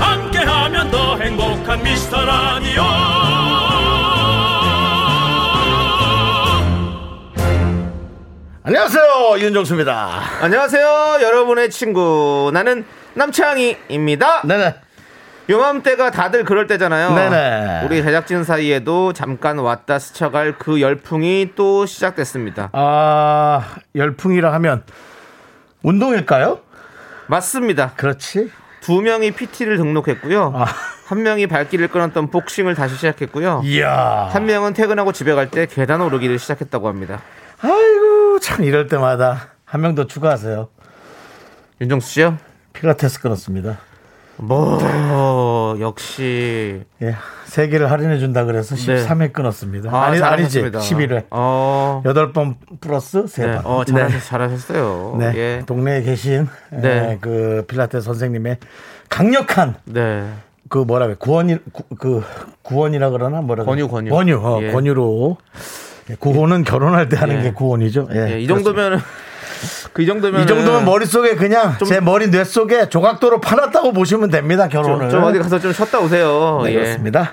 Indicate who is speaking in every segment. Speaker 1: 함께하면 더 행복한 미스터 라디오
Speaker 2: 안녕하세요 윤정수입니다.
Speaker 3: 안녕하세요, 여러분의 친구. 나는 남창희입니다.
Speaker 2: 네네.
Speaker 3: 요맘때가 다들 그럴 때잖아요.
Speaker 2: 네네.
Speaker 3: 우리 제작진 사이에도 잠깐 왔다 스쳐갈 그 열풍이 또 시작됐습니다.
Speaker 2: 아 열풍이라 하면 운동일까요?
Speaker 3: 맞습니다.
Speaker 2: 그렇지.
Speaker 3: 두 명이 PT를 등록했고요.
Speaker 2: 아.
Speaker 3: 한 명이 발길을 끊었던 복싱을 다시 시작했고요.
Speaker 2: 이야.
Speaker 3: 한 명은 퇴근하고 집에 갈 때 계단 오르기를 시작했다고 합니다.
Speaker 2: 아이고 참 이럴 때마다 한 명 더 추가하세요.
Speaker 3: 윤정수 씨요?
Speaker 2: 필라테스 끊었습니다.
Speaker 3: 뭐, 역시.
Speaker 2: 예, 세 개를 할인해 준다 그래서 13회 끊었습니다. 네. 아, 니 아니지
Speaker 3: 잘하셨습니다.
Speaker 2: 11회.
Speaker 3: 어,
Speaker 2: 여덟 번 플러스 세
Speaker 3: 네.
Speaker 2: 번.
Speaker 3: 어, 잘하셨,
Speaker 2: 네.
Speaker 3: 잘하셨어요.
Speaker 2: 네.
Speaker 3: 예.
Speaker 2: 동네에 계신
Speaker 3: 네.
Speaker 2: 예, 그 필라테스 선생님의 강력한
Speaker 3: 네.
Speaker 2: 그 뭐라 그래 구원이 구, 그 구원이라 그러나 뭐라 그래?
Speaker 3: 권유, 권유.
Speaker 2: 권유 어,
Speaker 3: 예.
Speaker 2: 권유로 예, 구호는 결혼할 때 하는
Speaker 3: 예.
Speaker 2: 게 구원이죠. 예,
Speaker 3: 예, 이 정도면 그 이 정도면
Speaker 2: 그렇습니다. 이 정도면 뭐 머릿 속에 그냥 제 머리 뇌 속에 조각도로 팔았다고 보시면 됩니다. 결혼을
Speaker 3: 좀, 좀 어디 가서 좀 쉬었다 오세요.
Speaker 2: 네,
Speaker 3: 예.
Speaker 2: 그렇습니다.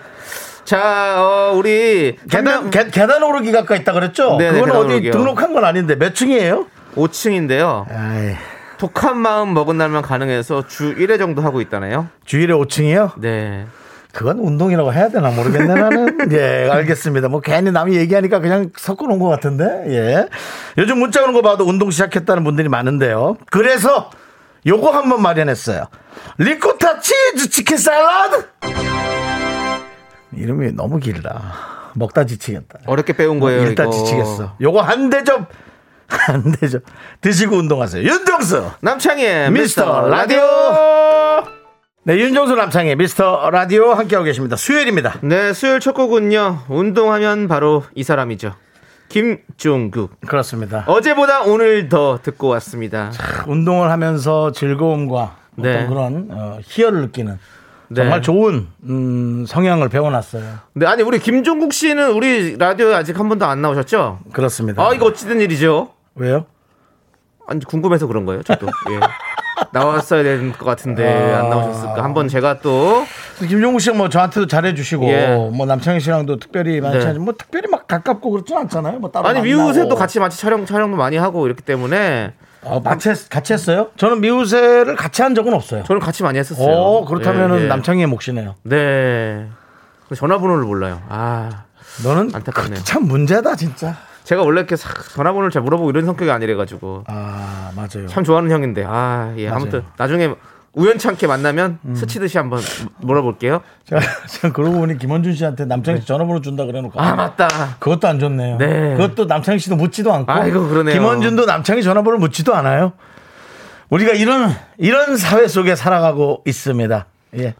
Speaker 3: 자, 어, 우리
Speaker 2: 계단
Speaker 3: 계단
Speaker 2: 계, 계단 오르기가 있다 그랬죠?
Speaker 3: 네, 네,
Speaker 2: 그건
Speaker 3: 계단
Speaker 2: 어디
Speaker 3: 오르기요.
Speaker 2: 등록한 건 아닌데 몇 층이에요?
Speaker 3: 5층인데요.
Speaker 2: 아이,
Speaker 3: 독한 마음 먹은 날만 가능해서 주 1회 정도 하고 있다네요.
Speaker 2: 주일에 5층이요?
Speaker 3: 네.
Speaker 2: 그건 운동이라고 해야 되나 모르겠네 나는. 예, 알겠습니다. 뭐 괜히 남이 얘기하니까 그냥 섞어 놓은 것 같은데. 예. 요즘 문자 오는 거 봐도 운동 시작했다는 분들이 많은데요. 그래서 요거 한번 마련했어요. 리코타 치즈 치킨 샐러드. 이름이 너무 길다. 먹다 지치겠다.
Speaker 3: 어렵게 배운 거예요,
Speaker 2: 일단
Speaker 3: 이거.
Speaker 2: 지치겠어. 요거 한 대접 한 대접 드시고 운동하세요. 윤정수.
Speaker 3: 남창희의
Speaker 2: 미스터
Speaker 3: 미스터 라디오.
Speaker 2: 라디오. 네, 윤정수 남창의 미스터 라디오 함께하고 계십니다. 수요일입니다.
Speaker 3: 네, 수요일 첫 곡은요. 운동하면 바로 이 사람이죠. 김종국.
Speaker 2: 그렇습니다.
Speaker 3: 어제보다 오늘 더 듣고 왔습니다.
Speaker 2: 운동을 하면서 즐거움과
Speaker 3: 네.
Speaker 2: 어떤 그런 어, 희열을 느끼는
Speaker 3: 네.
Speaker 2: 정말 좋은 음, 성향을 배워놨어요.
Speaker 3: 네, 아니 우리 김종국 씨는 우리 라디오에 아직 한 번도 안 나오셨죠?
Speaker 2: 그렇습니다.
Speaker 3: 아, 이거 어찌된 일이죠?
Speaker 2: 왜요?
Speaker 3: 아니 궁금해서 그런 거예요, 저도. 예. 나왔어야 될 것 같은데
Speaker 2: 아.
Speaker 3: 안 나오셨을까? 한번 제가 또
Speaker 2: 김종국 씨가 뭐 저한테도 잘해주시고
Speaker 3: 예.
Speaker 2: 뭐 남창희 씨랑도 특별히 많이
Speaker 3: 네.
Speaker 2: 네. 뭐 특별히 막 가깝고 그렇진 않잖아요. 뭐 따로
Speaker 3: 아니
Speaker 2: 만나고.
Speaker 3: 미우새도 같이 같이 촬영 촬영도 많이 하고 이렇기 때문에
Speaker 2: 어, 같이, 했, 같이 했어요? 저는 미우새를 같이 한 적은 없어요.
Speaker 3: 저는 같이 많이 했었어요.
Speaker 2: 어 그렇다면은
Speaker 3: 예, 예.
Speaker 2: 남창희의 몫이네요.
Speaker 3: 네. 근데 전화번호를 몰라요. 아,
Speaker 2: 너는
Speaker 3: 안타깝네요.
Speaker 2: 그것도 참 문제다 진짜.
Speaker 3: 제가 원래 이렇게 싹 전화번호를 잘 물어보고 이런 성격이 아니래 가지고
Speaker 2: 아 맞아요.
Speaker 3: 참 좋아하는 형인데 아, 예.
Speaker 2: 맞아요. 음.
Speaker 3: 아무튼 나중에 우연찮게 만나면 스치듯이 한번 물어볼게요.
Speaker 2: 제가, 제가 그러고 보니 김원준 씨한테 남창희 씨 전화번호 준다 그래놓고
Speaker 3: 네. 아, 맞다.
Speaker 2: 그것도 안 좋네요.
Speaker 3: 네.
Speaker 2: 그것도 남창희 씨도 묻지도 않고.
Speaker 3: 아이고, 그러네요.
Speaker 2: 김원준도 남창희 전화번호 묻지도 않아요. 우리가 이런 이런 사회 속에 살아가고 있습니다. 예.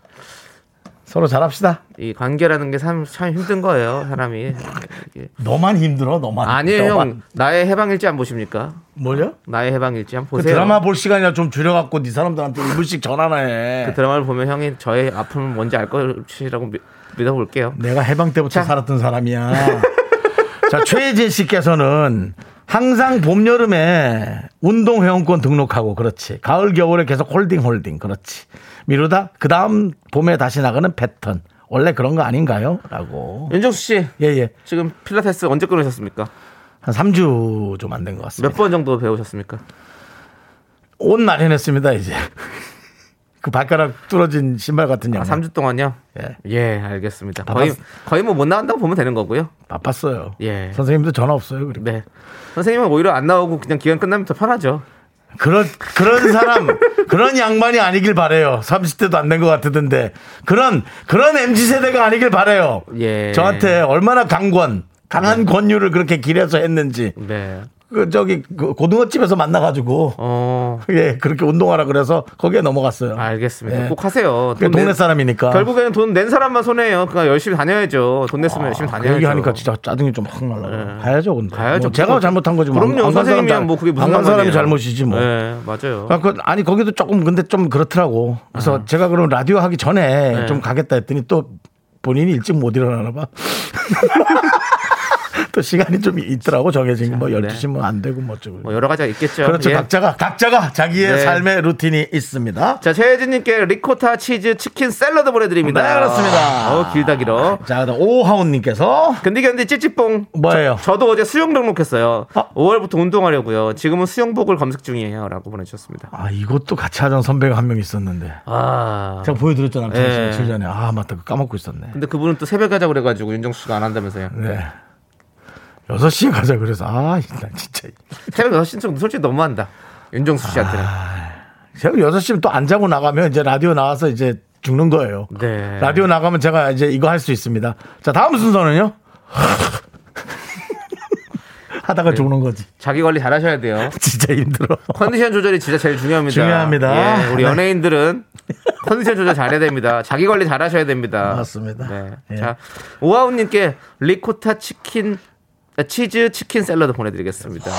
Speaker 2: 서로 잘합시다.
Speaker 3: 이 관계라는 게 참 참 힘든 거예요, 사람이. 예.
Speaker 2: 너만 힘들어, 너만.
Speaker 3: 아니에요,
Speaker 2: 너만.
Speaker 3: 형. 나의 해방일지 안 보십니까?
Speaker 2: 뭘요?
Speaker 3: 나의 해방일지 한번
Speaker 2: 그
Speaker 3: 보세요.
Speaker 2: 드라마 볼 시간이나 좀 줄여갖고 네 사람들한테 이불씩 전화나 해.
Speaker 3: 를그 보면 형이 저의 아픔은 뭔지 알 것이라고 믿- 믿어볼게요.
Speaker 2: 내가 해방 때부터 살았던 사람이야. 자, 최혜진 씨께서는 항상 봄, 여름에 운동 회원권 등록하고 그렇지. 가을, 겨울에 계속 홀딩, 홀딩. 그렇지. 미루다 그 다음 봄에 다시 나가는 패턴. 원래 그런 거 아닌가요? 라고.
Speaker 3: 윤정수 씨
Speaker 2: 예, 예.
Speaker 3: 지금 필라테스 언제 끊으셨습니까?
Speaker 2: 한 3주 좀 안 된 것 같습니다.
Speaker 3: 몇 번 정도 배우셨습니까?
Speaker 2: 옷 마련했습니다, 이제. 그 발가락 뚫어진 신발 같은
Speaker 3: 아,
Speaker 2: 양말.
Speaker 3: 3주 동안요.
Speaker 2: 예.
Speaker 3: 예, 알겠습니다.
Speaker 2: 다
Speaker 3: 거의
Speaker 2: 봤-
Speaker 3: 거의 뭐 못 나간다고 보면 되는 거고요.
Speaker 2: 바빴어요.
Speaker 3: 예.
Speaker 2: 선생님도 전화 없어요. 그리고.
Speaker 3: 네. 선생님은 오히려 안 나오고 그냥 기간 끝나면 더 편하죠.
Speaker 2: 그런 그런 사람 그런 양반이 아니길 바래요. 30대도 안 된 것 같던데 그런 그런 mz 세대가 아니길 바래요.
Speaker 3: 예.
Speaker 2: 저한테 얼마나 강권 강한 권유를 그렇게 길에서 했는지
Speaker 3: 네.
Speaker 2: 그 저기 그 고등어집에서 만나가지고
Speaker 3: 어,
Speaker 2: 예 그렇게 운동하라 그래서 거기에 넘어갔어요.
Speaker 3: 알겠습니다.
Speaker 2: 예.
Speaker 3: 꼭 하세요.
Speaker 2: 그게
Speaker 3: 돈
Speaker 2: 동네
Speaker 3: 낸-
Speaker 2: 사람이니까.
Speaker 3: 결국에는 돈 낸 사람만 손해예요. 그러니까 열심히 다녀야죠. 돈 냈으면 열심히
Speaker 2: 아, 그
Speaker 3: 다녀야죠.
Speaker 2: 얘기하니까 진짜 짜증이 좀 확 날라요.
Speaker 3: 예.
Speaker 2: 가야죠, 근데.
Speaker 3: 가야죠.
Speaker 2: 뭐 제가
Speaker 3: 무조건.
Speaker 2: 잘못한 거지 뭐.
Speaker 3: 그럼요.
Speaker 2: 안간 사람
Speaker 3: 선생님이야
Speaker 2: 잘-
Speaker 3: 뭐 그게 무슨
Speaker 2: 안간 사람이
Speaker 3: 상관이에요.
Speaker 2: 잘못이지 뭐.
Speaker 3: 네, 맞아요.
Speaker 2: 아, 그, 아니 거기도 조금 근데 좀 그렇더라고. 그래서 제가 그럼 라디오 하기 전에
Speaker 3: 아. 네.
Speaker 2: 좀 가겠다 했더니 또 본인이 일찍 못 일어나나 봐. 또 시간이 좀 있더라고 정해진 게뭐
Speaker 3: 네.
Speaker 2: 12시 뭐 안 되고 뭐 어쩌고.
Speaker 3: 뭐 여러 가지가 있겠죠.
Speaker 2: 그렇죠.
Speaker 3: 예.
Speaker 2: 각자가 각자가 자기의
Speaker 3: 네.
Speaker 2: 삶의 루틴이 있습니다.
Speaker 3: 자, 최혜진님께 리코타 치즈 치킨 샐러드 보내드립니다.
Speaker 2: 네, 그렇습니다. 아.
Speaker 3: 어, 길다 길어.
Speaker 2: 자, 그다음 오하운 님께서
Speaker 3: 근데 견디 찌찌뽕.
Speaker 2: 뭐예요?
Speaker 3: 저도 어제 수영 등록했어요.
Speaker 2: 아.
Speaker 3: 5월부터 운동하려고요. 지금은 수영복을 검색 중이에요라고 보내주셨습니다.
Speaker 2: 아, 이것도 같이 하던 선배가 한 명 있었는데.
Speaker 3: 아.
Speaker 2: 제가 보여드렸잖아요.
Speaker 3: 예.
Speaker 2: 며칠 전에. 아, 맞다. 그거 까먹고 있었네.
Speaker 3: 근데 그분은 또 새벽 가자 그래가지고 윤정수 씨가 안 한다면서요.
Speaker 2: 네. 6시에 가자 그래서 아, 나 진짜.
Speaker 3: 새벽 6시쯤 솔직히 너무한다. 윤정수 씨한테는.
Speaker 2: 아. 새벽 6시면 또 안 자고 나가면 이제 라디오 나와서 이제 죽는 거예요.
Speaker 3: 네.
Speaker 2: 라디오 나가면 제가 이제 이거 할 수 있습니다. 자, 다음 순서는요? 하다가
Speaker 3: 네.
Speaker 2: 죽는 거지.
Speaker 3: 자기 관리 잘 하셔야 돼요.
Speaker 2: 진짜 힘들어.
Speaker 3: 컨디션 조절이 진짜 제일 중요합니다.
Speaker 2: 중요합니다.
Speaker 3: 예, 우리
Speaker 2: 네.
Speaker 3: 연예인들은 컨디션 조절 잘해야 됩니다. 자기 관리 잘 하셔야 됩니다.
Speaker 2: 맞습니다.
Speaker 3: 네.
Speaker 2: 예.
Speaker 3: 자, 오하우님께 리코타 치킨, 아, 치즈 치킨 샐러드 보내드리겠습니다. 야,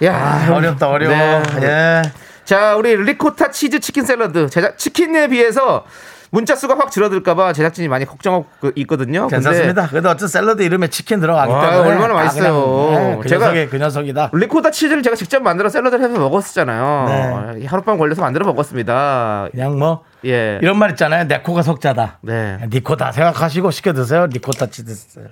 Speaker 2: 예. 아, 어렵다, 어려워.
Speaker 3: 네.
Speaker 2: 예.
Speaker 3: 자, 우리 리코타 치즈 치킨 샐러드 제작 치킨에 비해서 문자 수가 확 줄어들까봐 제작진이 많이 걱정하고 있거든요. 근데
Speaker 2: 괜찮습니다. 그래도 어쨌든 샐러드 이름에 치킨 들어가기
Speaker 3: 와,
Speaker 2: 때문에.
Speaker 3: 얼마나
Speaker 2: 아,
Speaker 3: 맛있어요.
Speaker 2: 그냥, 예, 그
Speaker 3: 제가-
Speaker 2: 녀석이 그 녀석이다.
Speaker 3: 리코타 치즈를 제가 직접 만들어 샐러드를 해서 먹었잖아요.
Speaker 2: 네.
Speaker 3: 하룻밤 걸려서 만들어 먹었습니다.
Speaker 2: 그냥 뭐
Speaker 3: 예.
Speaker 2: 이런 말 있잖아요. 내 코가 속자다.
Speaker 3: 네.
Speaker 2: 니코다 생각하시고 시켜 드세요. 니코다 치 드세요.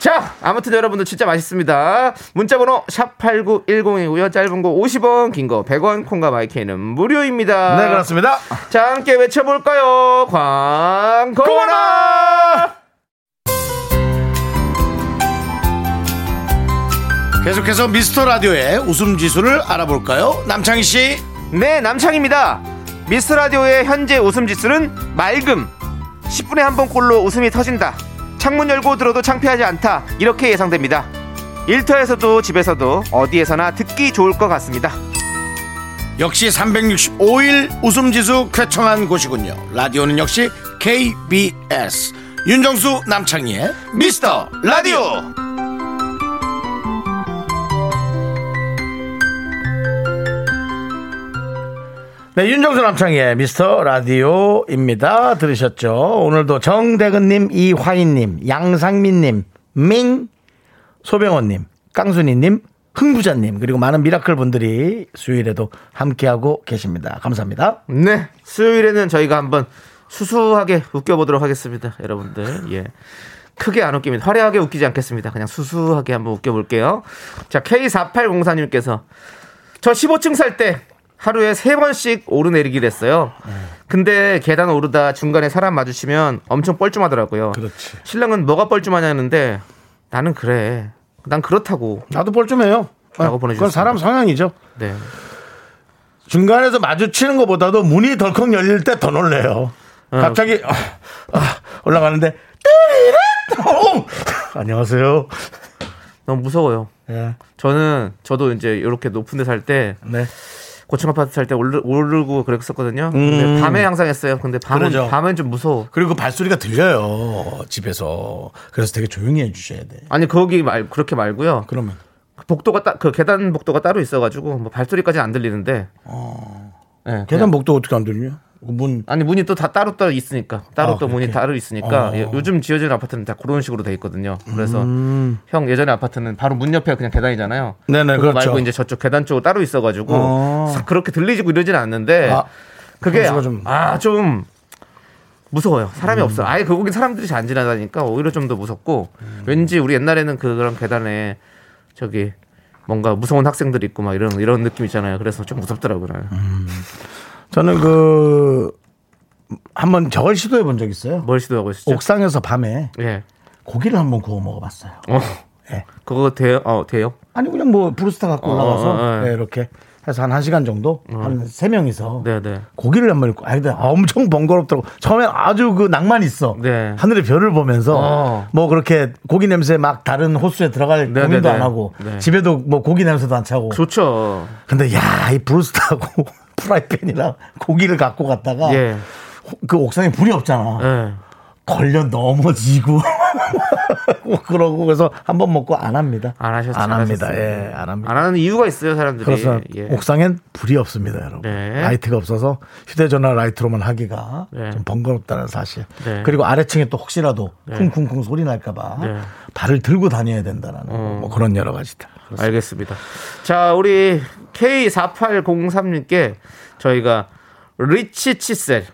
Speaker 3: 자, 아무튼 여러분들 진짜 맛있습니다. 문자번호 샵8910이고요. 짧은 거 50원, 긴 거 100원, 콩과 마이크는 무료입니다.
Speaker 2: 네, 그렇습니다.
Speaker 3: 자, 함께 외쳐볼까요? 광고나!
Speaker 2: 계속해서 미스터 라디오의 웃음 지수를 알아볼까요? 남창희 씨.
Speaker 3: 네, 남창입니다. 미스 라디오의 현재 웃음 지수는 맑음. 10분에 한 번꼴로 웃음이 터진다. 창문 열고 들어도 창피하지 않다. 이렇게 예상됩니다. 일터에서도 집에서도 어디에서나 듣기 좋을 것 같습니다.
Speaker 2: 역시 365일 웃음 지수 쾌청한 곳이군요. 라디오는 역시 KBS. 윤정수 남창희의 미스터 라디오. 네, 윤정수 남창희의 미스터 라디오입니다. 들으셨죠? 오늘도 정대근님, 이화인님, 양상민님, 밍, 소병원님, 깡순이님, 흥부자님, 그리고 많은 미라클 분들이 수요일에도 함께하고 계십니다. 감사합니다.
Speaker 3: 네. 수요일에는 저희가 한번 수수하게 웃겨보도록 하겠습니다. 여러분들. 예. 크게 안 웃깁니다. 화려하게 웃기지 않겠습니다. 그냥 수수하게 한번 웃겨볼게요. 자, K4804님께서 저 15층 살 때 하루에 세번씩 오르내리기 됐어요. 근데 계단 오르다 중간에 사람 마주치면 엄청 뻘쭘하더라고요.
Speaker 2: 그렇지.
Speaker 3: 신랑은 뭐가 뻘쭘하냐는데 나는 그래. 난 그렇다고.
Speaker 2: 나도 뻘쭘해요.
Speaker 3: 라고
Speaker 2: 어,
Speaker 3: 보내주셨습니다.
Speaker 2: 그건 사람 성향이죠.
Speaker 3: 네.
Speaker 2: 중간에서 마주치는 것보다도 문이 덜컥 열릴 때 더 놀래요.
Speaker 3: 어.
Speaker 2: 갑자기 아, 아, 올라가는데 뚜리릿! 어! 안녕하세요.
Speaker 3: 너무 무서워요.
Speaker 2: 예.
Speaker 3: 저는 저도 이제 이렇게 높은 데 살때
Speaker 2: 네.
Speaker 3: 고층 아파트 살 때 오르고 그랬었거든요. 근데 밤에 항상 했어요. 근데 밤은
Speaker 2: 음. 그러죠.
Speaker 3: 밤엔 좀 무서워.
Speaker 2: 그리고 발소리가 들려요 집에서. 그래서 되게 조용히 해주셔야 돼.
Speaker 3: 아니 거기 말 그렇게 말고요.
Speaker 2: 그러면
Speaker 3: 그 복도가 따, 그 계단 복도가 따로 있어가지고 뭐 발소리까지 안 들리는데. 예,
Speaker 2: 어. 계단
Speaker 3: 그냥-
Speaker 2: 복도 어떻게 안 들려? 문
Speaker 3: 아니 문이 또 다 따로 따로 있으니까 따로
Speaker 2: 아,
Speaker 3: 또 문이
Speaker 2: 그렇게.
Speaker 3: 따로 있으니까
Speaker 2: 어.
Speaker 3: 예, 요즘 지어지는 아파트는 다 그런 식으로 돼 있거든요. 그래서 형 예전에 아파트는 바로 문 옆에 그냥 계단이잖아요.
Speaker 2: 음. 네네,
Speaker 3: 그거
Speaker 2: 그렇죠.
Speaker 3: 말고 이제 저쪽 계단 쪽으로 따로 있어가지고
Speaker 2: 어.
Speaker 3: 싹 그렇게 들리지고 이러진 않는데
Speaker 2: 아,
Speaker 3: 그게
Speaker 2: 그런 식으로 좀- 음.
Speaker 3: 아좀 무서워요. 사람이 없어. 아예 그 거기 사람들이 잘 안 지나다니까 오히려 좀 더 무섭고
Speaker 2: 음.
Speaker 3: 왠지 우리 옛날에는 그 그런 계단에 저기 뭔가 무서운 학생들 있고 막 이런 이런 느낌 있잖아요. 그래서 좀 무섭더라고요.
Speaker 2: 음. 저는 그 한번 저걸 시도해 본 적 있어요.
Speaker 3: 뭘 시도하고 있었죠?
Speaker 2: 옥상에서 밤에
Speaker 3: 예.
Speaker 2: 고기를 한번 구워 먹어봤어요.
Speaker 3: 어.
Speaker 2: 예. 예.
Speaker 3: 그거 돼요? 어, 돼요?
Speaker 2: 아니 그냥 뭐 브루스타 갖고
Speaker 3: 어,
Speaker 2: 올라가서
Speaker 3: 어, 어, 예.
Speaker 2: 예, 이렇게 해서 한1 시간 정도 한 세 명이서
Speaker 3: 네, 네.
Speaker 2: 고기를 한 마리 아니 엄청 번거롭더라고 처음엔 아주 그 낭만 있어
Speaker 3: 네.
Speaker 2: 하늘의 별을 보면서
Speaker 3: 어.
Speaker 2: 뭐 그렇게 고기 냄새 막 다른 호수에 들어갈
Speaker 3: 네,
Speaker 2: 고민도
Speaker 3: 네, 네.
Speaker 2: 안 하고
Speaker 3: 네.
Speaker 2: 집에도 뭐 고기 냄새도 안 차고
Speaker 3: 좋죠.
Speaker 2: 근데 야 이 브루스타하고 프라이팬이랑 고기를 갖고 갔다가
Speaker 3: 예.
Speaker 2: 호- 그 옥상에 불이 없잖아
Speaker 3: 예.
Speaker 2: 걸려 넘어지고 그러고 그래서 한 번 먹고 안 합니다.
Speaker 3: 안 하셨어요.
Speaker 2: 안 합니다.
Speaker 3: 하셨어요.
Speaker 2: 예, 안 합니다.
Speaker 3: 안 하는 이유가 있어요, 사람들이.
Speaker 2: 그래서
Speaker 3: 예.
Speaker 2: 그렇죠. 옥상엔 불이 없습니다, 여러분.
Speaker 3: 네.
Speaker 2: 라이트가 없어서 휴대전화 라이트로만 하기가
Speaker 3: 네.
Speaker 2: 좀 번거롭다는 사실.
Speaker 3: 네.
Speaker 2: 그리고 아래층에 또 혹시라도 쿵쿵쿵 소리 날까봐
Speaker 3: 네. 어.
Speaker 2: 발을 들고 다녀야 된다는 라뭐 그런 여러 가지들.
Speaker 3: 알겠습니다. 자, 우리 K4803님께 저희가 리치 치셀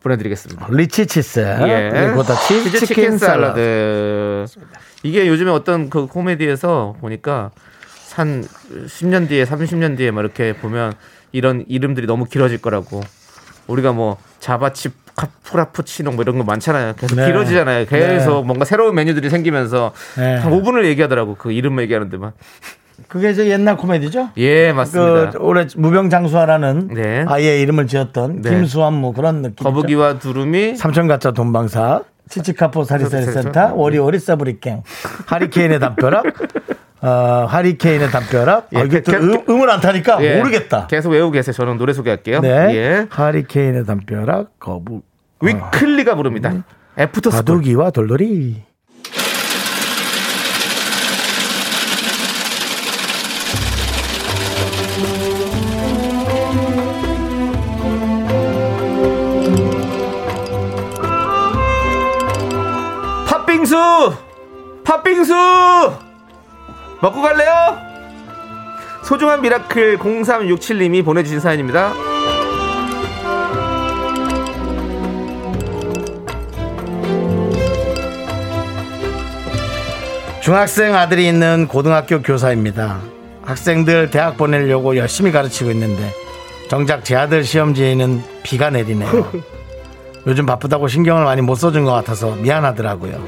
Speaker 3: 보내드리겠습니다. 예.
Speaker 2: 리치 치셀 아, 예, 그리고 다 치,
Speaker 3: 치즈
Speaker 2: 치킨, 샐러드.
Speaker 3: 이게 요즘에 어떤 그 코미디에서 보니까 한 10년 뒤에, 30년 뒤에 막 이렇게 보면 이런 이름들이 너무 길어질 거라고. 우리가 뭐 자바치 카프라푸치노 뭐 이런 거 많잖아요. 계속
Speaker 2: 네.
Speaker 3: 길어지잖아요. 계속 뭔가 새로운 메뉴들이 생기면서
Speaker 2: 네.
Speaker 3: 한 5분을 얘기하더라고. 그 이름 얘기하는데만.
Speaker 2: 그게 이제 옛날 코미디죠?
Speaker 3: 예, 맞습니다.
Speaker 2: 그 올해 무병장수하라는
Speaker 3: 네.
Speaker 2: 아이의 이름을 지었던
Speaker 3: 네.
Speaker 2: 김수환 뭐 그런 느낌.
Speaker 3: 거북이와 두루미
Speaker 2: 삼천가짜 돈방사 치치카포 사리사리센터 워리워리 사브리깽 하리케인의 담벼락 어, 하리케인의 담벼락
Speaker 3: 예,
Speaker 2: 아, 이게 또
Speaker 3: 개-
Speaker 2: 음, 음을 안 타니까
Speaker 3: 예,
Speaker 2: 모르겠다
Speaker 3: 계속 외우고 계세요. 저는 노래 소개할게요.
Speaker 2: 네
Speaker 3: 예.
Speaker 2: 하리케인의 담벼락 거북
Speaker 3: 위클리가 부릅니다. 애프터 스쿨.
Speaker 2: 바둑이와 돌돌이
Speaker 3: 팥빙수! 팥빙수! 먹고 갈래요? 소중한 미라클 0367님이 보내주신 사연입니다.
Speaker 2: 중학생 아들이 있는 고등학교 교사입니다. 학생들 대학 보내려고 열심히 가르치고 있는데 정작 제 아들 시험지에는 비가 내리네요. 요즘 바쁘다고 신경을 많이 못 써준 것 같아서 미안하더라고요.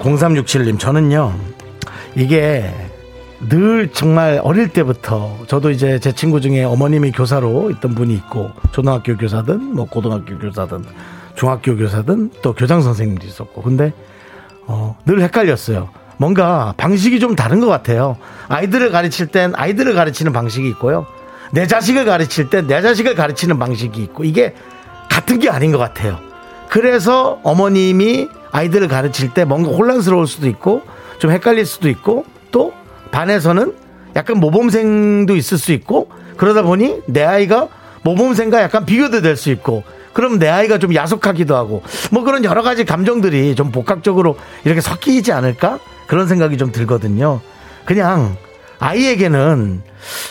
Speaker 2: 공삼육칠님 저는요 이게 늘 정말 어릴 때부터 저도 이제 제 친구 중에 어머님이 교사로 있던 분이 있고 초등학교 교사든 뭐 고등학교 교사든 중학교 교사든 또 교장 선생님도 있었고 근데 어, 늘 헷갈렸어요. 뭔가 방식이 좀 다른 것 같아요. 아이들을 가르칠 땐 아이들을 가르치는 방식이 있고요. 내 자식을 가르칠 땐 내 자식을 가르치는 방식이 있고 이게 같은 게 아닌 것 같아요. 그래서 어머님이 아이들을 가르칠 때 뭔가 혼란스러울 수도 있고 좀 헷갈릴 수도 있고 또 반에서는 약간 모범생도 있을 수 있고 그러다 보니 내 아이가 모범생과 약간 비교도 될 수 있고 그럼 내 아이가 좀 야속하기도 하고 뭐 그런 여러 가지 감정들이 좀 복합적으로 이렇게 섞이지 않을까 그런 생각이 좀 들거든요. 그냥 아이에게는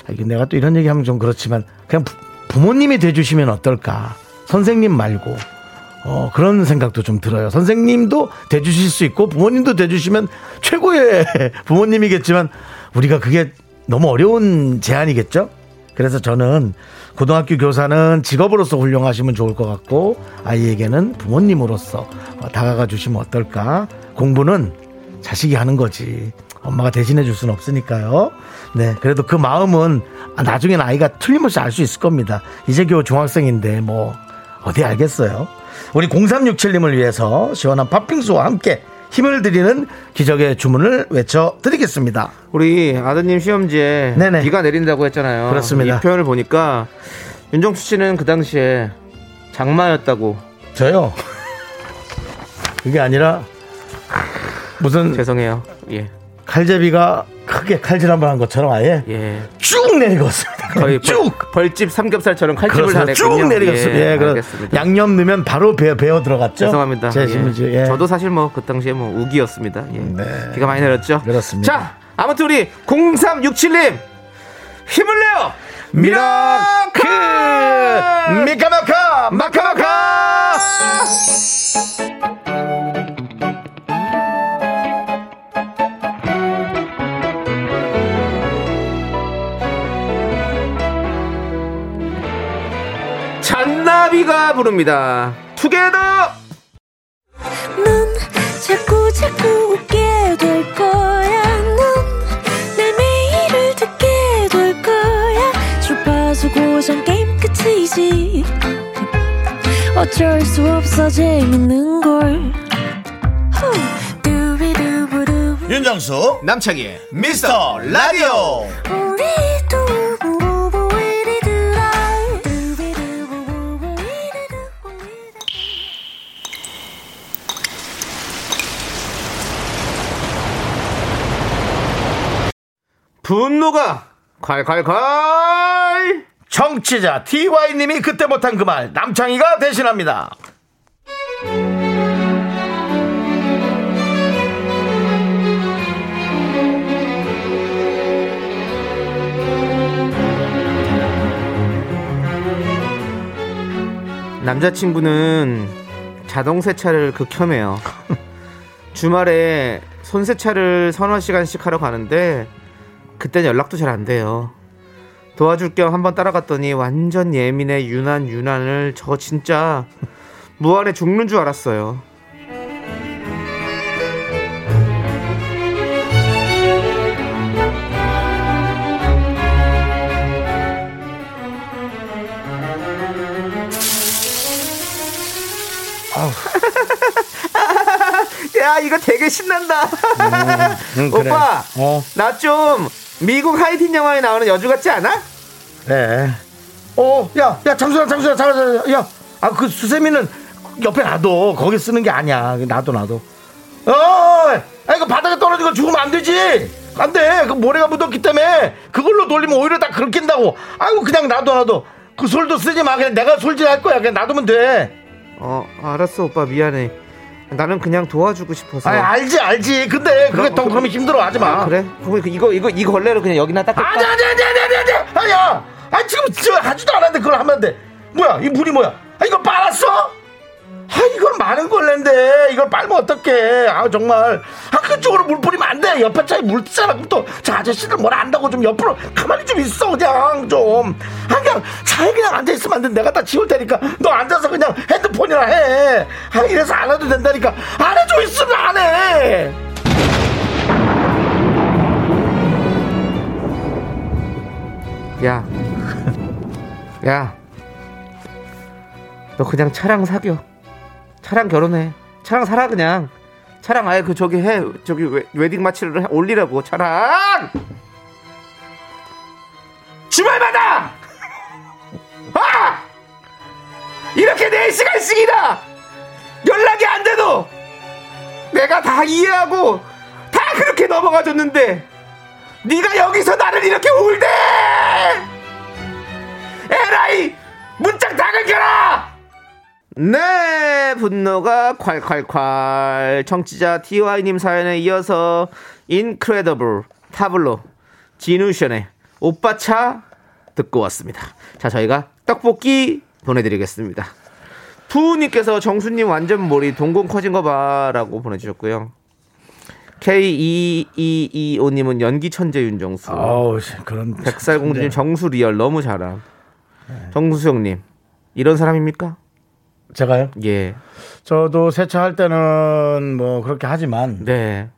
Speaker 2: 아, 이게 내가 또 이런 얘기하면 좀 그렇지만 그냥 부- 부모님이 돼주시면 어떨까 선생님 말고 어, 그런 생각도 좀 들어요. 선생님도 돼주실 수 있고 부모님도 돼주시면 최고의 부모님이겠지만 우리가 그게 너무 어려운 제안이겠죠? 그래서 저는 고등학교 교사는 직업으로서 훌륭하시면 좋을 것 같고 아이에게는 부모님으로서 어, 다가가 주시면 어떨까? 공부는 자식이 하는 거지. 엄마가 대신해 줄 수는 없으니까요. 네. 그래도 그 마음은 나중엔 아이가 틀림없이 알 수 있을 겁니다. 이제 겨우 중학생인데 뭐 어디 알겠어요. 우리 0367님을 위해서 시원한 팥빙수와 함께 힘을 드리는 기적의 주문을 외쳐 드리겠습니다.
Speaker 3: 우리 아드님 시험지에
Speaker 2: 네네.
Speaker 3: 비가 내린다고 했잖아요.
Speaker 2: 그렇습니다.
Speaker 3: 이 표현을 보니까 윤정수 씨는 그 당시에 장마였다고
Speaker 2: 저요. 그게 아니라 무슨
Speaker 3: 죄송해요. 예,
Speaker 2: 칼제비가 크게 칼질 한 번 한 것처럼 아예
Speaker 3: 예.
Speaker 2: 쭉 내리겠습니다.
Speaker 3: 거의
Speaker 2: 쭉
Speaker 3: 벌, 벌집 삼겹살처럼 칼집을 다
Speaker 2: 그렇습니다.
Speaker 3: 냈군요.
Speaker 2: 쭉 내리겠습니다. 예, 그럼
Speaker 3: 알겠습니다.
Speaker 2: 양념 넣으면 바로 베어, 베어 들어갔죠?
Speaker 3: 죄송합니다.
Speaker 2: 제
Speaker 3: 예.
Speaker 2: 신문지. 예.
Speaker 3: 저도 사실 뭐 그 당시에 뭐 우기였습니다. 예.
Speaker 2: 네.
Speaker 3: 비가 많이 내렸죠.
Speaker 2: 그렇습니다.
Speaker 3: 자, 아무튼 우리 0367님 힘을 내요.
Speaker 2: 미라클! 미카마카! 마카마카!
Speaker 3: 콜라 부릅니다. 투게더!
Speaker 4: 넌 자꾸 자꾸 웃게 될 거야. 넌내 매일을 듣게 될 거야. 주파수 고정 게임 끝이지. 어쩔 수 없어 재밌는 걸. 후. 두비두부두.
Speaker 5: 윤정수 남창희의 미스터 라디오
Speaker 4: 우리 두부부부 우리 두라. 두비두부부부 우리 두부 우리 두부.
Speaker 3: 분노가 콸콸콸!
Speaker 2: 정치자 TY님이 그때 못한 그 말 남창희가 대신합니다.
Speaker 3: 남자친구는 자동 세차를 극혐해요. 주말에 손 세차를 서너 시간씩 하러 가는데 그땐 연락도 잘 안 돼요. 도와줄 겸 한번 따라갔더니 완전 예민해 유난 유난을 저 진짜 무한에 죽는 줄 알았어요. 야 이거 되게 신난다.
Speaker 2: 음, 그래.
Speaker 3: 오빠
Speaker 2: 어.
Speaker 3: 나 좀 미국 하이틴 영화에 나오는 여주 같지 않아?
Speaker 2: 네. 어, 야, 야, 장수야, 장수야, 장수야, 야, 아, 그 수세미는 옆에 놔둬. 거기 쓰는 게 아니야. 그 놔둬, 놔둬. 어, 아, 이거 바닥에 떨어진 거 죽으면 안 되지. 안 돼. 그 모래가 묻었기 때문에 그걸로 돌리면 오히려 다 긁힌다고. 아이고, 그냥 놔둬, 놔둬. 그 솔도 쓰지 마. 그냥 내가 솔질할 거야. 그냥 놔두면 돼.
Speaker 3: 어 알았어 오빠 미안해. 나는 그냥 도와주고 싶어서.
Speaker 2: 아, 알지, 알지. 근데 그게 더 그러면 힘들어. 하지 마.
Speaker 3: 아, 그래? 그럼 그- 이거 이거 이 걸레로 그냥 여기나 닦을까?
Speaker 2: 아니 아니 아니 아니 아니 아니 아니야 아 지금 저 하지도 않았는데 그걸 하면 안돼 뭐야 이 물이 뭐야 아 이거 빨았어 아 이건 많은 걸레인데 이걸 빨면 어떡해 아 정말 아 그쪽으로 물 뿌리면 안돼 옆에 차에 물 뜨잖아 그럼 또저 아저씨들 뭘 안다고 좀 옆으로 가만히 좀 있어 그냥 좀 아, 그냥 차에 그냥 앉아있으면 안돼 내가 다 지울 테니까 너 앉아서 그냥 핸드폰이나 해아 이래서 안 해도 된다니까 안 해줘 있으면 안해
Speaker 3: 야, 야, 너 그냥 차랑 사겨. 차랑 결혼해. 차랑 살아 그냥. 차랑 아예 그 저기 해 저기 웨, 웨딩 마치를 해- 올리라고 차랑. 주말마다. 아! 이렇게 네 시간씩이나 연락이 안 돼도 내가 다 이해하고 다 그렇게 넘어가줬는데 네가 여기서 나를 이렇게 울대! 에라이! 문짝 닭을 켜라! 네, 분노가 콸콸콸. 청취자 TY님 사연에 이어서 인크레더블 타블로 진우션의 오빠차 듣고 왔습니다. 자, 저희가 떡볶이 보내드리겠습니다. 부우님께서 정수님 완전 머리 동공 커진 거 봐라고 보내주셨고요. E K2225님은 연기 천재 윤정수.
Speaker 2: 아우 그런
Speaker 3: 백살공주님 정수 리얼 너무 잘함. 정수영님 이런 사람입니까?
Speaker 2: 제가요?
Speaker 3: 예.
Speaker 2: 저도 세차할 때는 뭐 그렇게 하지만
Speaker 3: 네.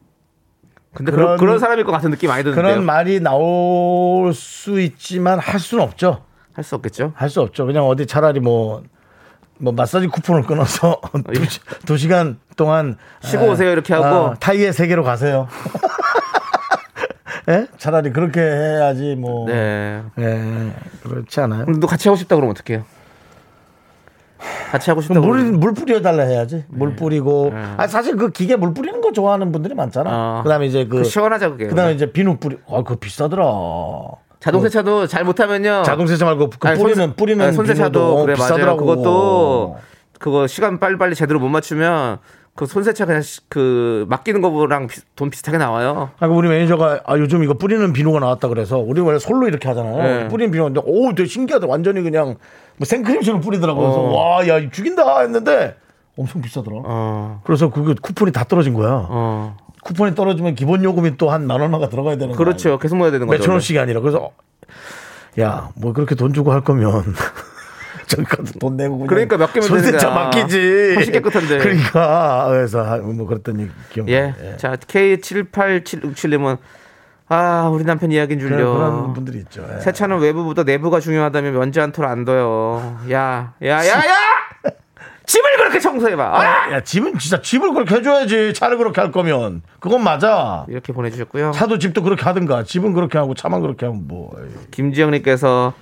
Speaker 3: 근데 그런,
Speaker 2: 그런-
Speaker 3: 그런 사람일 것 같은 느낌 많이 드는데요.
Speaker 2: 그런 말이 나올 수 있지만 할 수는 없죠.
Speaker 3: 할 수 없겠죠?
Speaker 2: 할 수 없죠. 그냥 어디 차라리 뭐, 뭐 마사지 쿠폰을 끊어서 두, 시- 두 시간 동안
Speaker 3: 쉬고
Speaker 2: 에,
Speaker 3: 예. 오세요, 이렇게 하고.
Speaker 2: 타이의 세계로 가세요. 예? 차라리 그렇게 해야지 뭐
Speaker 3: 네.
Speaker 2: 예, 그렇지 않아요?
Speaker 3: 근데 너 같이 하고 싶다 그러면 어떡해요? 같이 하고 싶다
Speaker 2: 그럼 물,
Speaker 3: 그러면
Speaker 2: 물 뿌려달라 해야지.
Speaker 3: 네.
Speaker 2: 물 뿌리고. 아, 사실 그 기계 물 뿌리는 거 좋아하는 분들이 많잖아.
Speaker 3: 어.
Speaker 2: 그 다음에 이제 그.
Speaker 3: 그 시원하자 그게.
Speaker 2: 그다음에 이제 비누 뿌리. 아, 그거 비싸더라.
Speaker 3: 자동세차도 잘 못하면요.
Speaker 2: 자동세차 말고 그
Speaker 3: 어. 아니,
Speaker 2: 뿌리는
Speaker 3: 손세-
Speaker 2: 뿌리는
Speaker 3: 아니, 손세차도
Speaker 2: 비누도
Speaker 3: 그래 맞아요.
Speaker 2: 비싸더라고.
Speaker 3: 그것도 그거 시간 빨리빨리 제대로 못 맞추면 그 손세차 그냥 시- 그 맡기는 거랑 비- 돈 비슷하게 나와요.
Speaker 2: 아, 그 우리 매니저가 아, 요즘 이거 뿌리는 비누가 나왔다 그래서 우리 원래 솔로 이렇게 하잖아요.
Speaker 3: 네.
Speaker 2: 뿌리는 비누인데 오, 되게 신기하다. 완전히 그냥 뭐 생크림처럼 뿌리더라고. 그래서 와, 야, 죽인다 했는데 엄청 비싸더라.
Speaker 3: 어.
Speaker 2: 그래서 그게 쿠폰이 다 떨어진 거야.
Speaker 3: 어.
Speaker 2: 쿠폰이 떨어지면 기본 요금이 또 한 만 얼마가 들어가야 되는 거야.
Speaker 3: 그렇죠.
Speaker 2: 어,
Speaker 3: 계속 모아야 되는 거죠.
Speaker 2: 몇천 원씩이 아니라 그래서 야 뭐 그렇게 돈 주고 할 거면 저기 가서 돈 내고 그냥
Speaker 3: 그러니까 몇 개면 되는데.
Speaker 2: 손세차
Speaker 3: 아,
Speaker 2: 맡기지.
Speaker 3: 훨씬 깨끗한데.
Speaker 2: 그러니까 그래서 뭐 그랬던 얘기 기억.
Speaker 3: 예. 자, K7877님은 아, 우리 남편 이야기인 줄요.
Speaker 2: 그런 분들이 있죠. 예.
Speaker 3: 세차는 외부보다 내부가 중요하다면 면제 한 톨 안 둬요. 야, 야, 야, 야! 집을 그렇게 청소해봐. 아!
Speaker 2: 야 집은 진짜 집을 그렇게 해줘야지 차를 그렇게 할 거면 그건 맞아.
Speaker 3: 이렇게 보내주셨고요.
Speaker 2: 차도 집도 그렇게 하든가 집은 그렇게 하고 차만 그렇게 하면 뭐
Speaker 3: 김지영님께서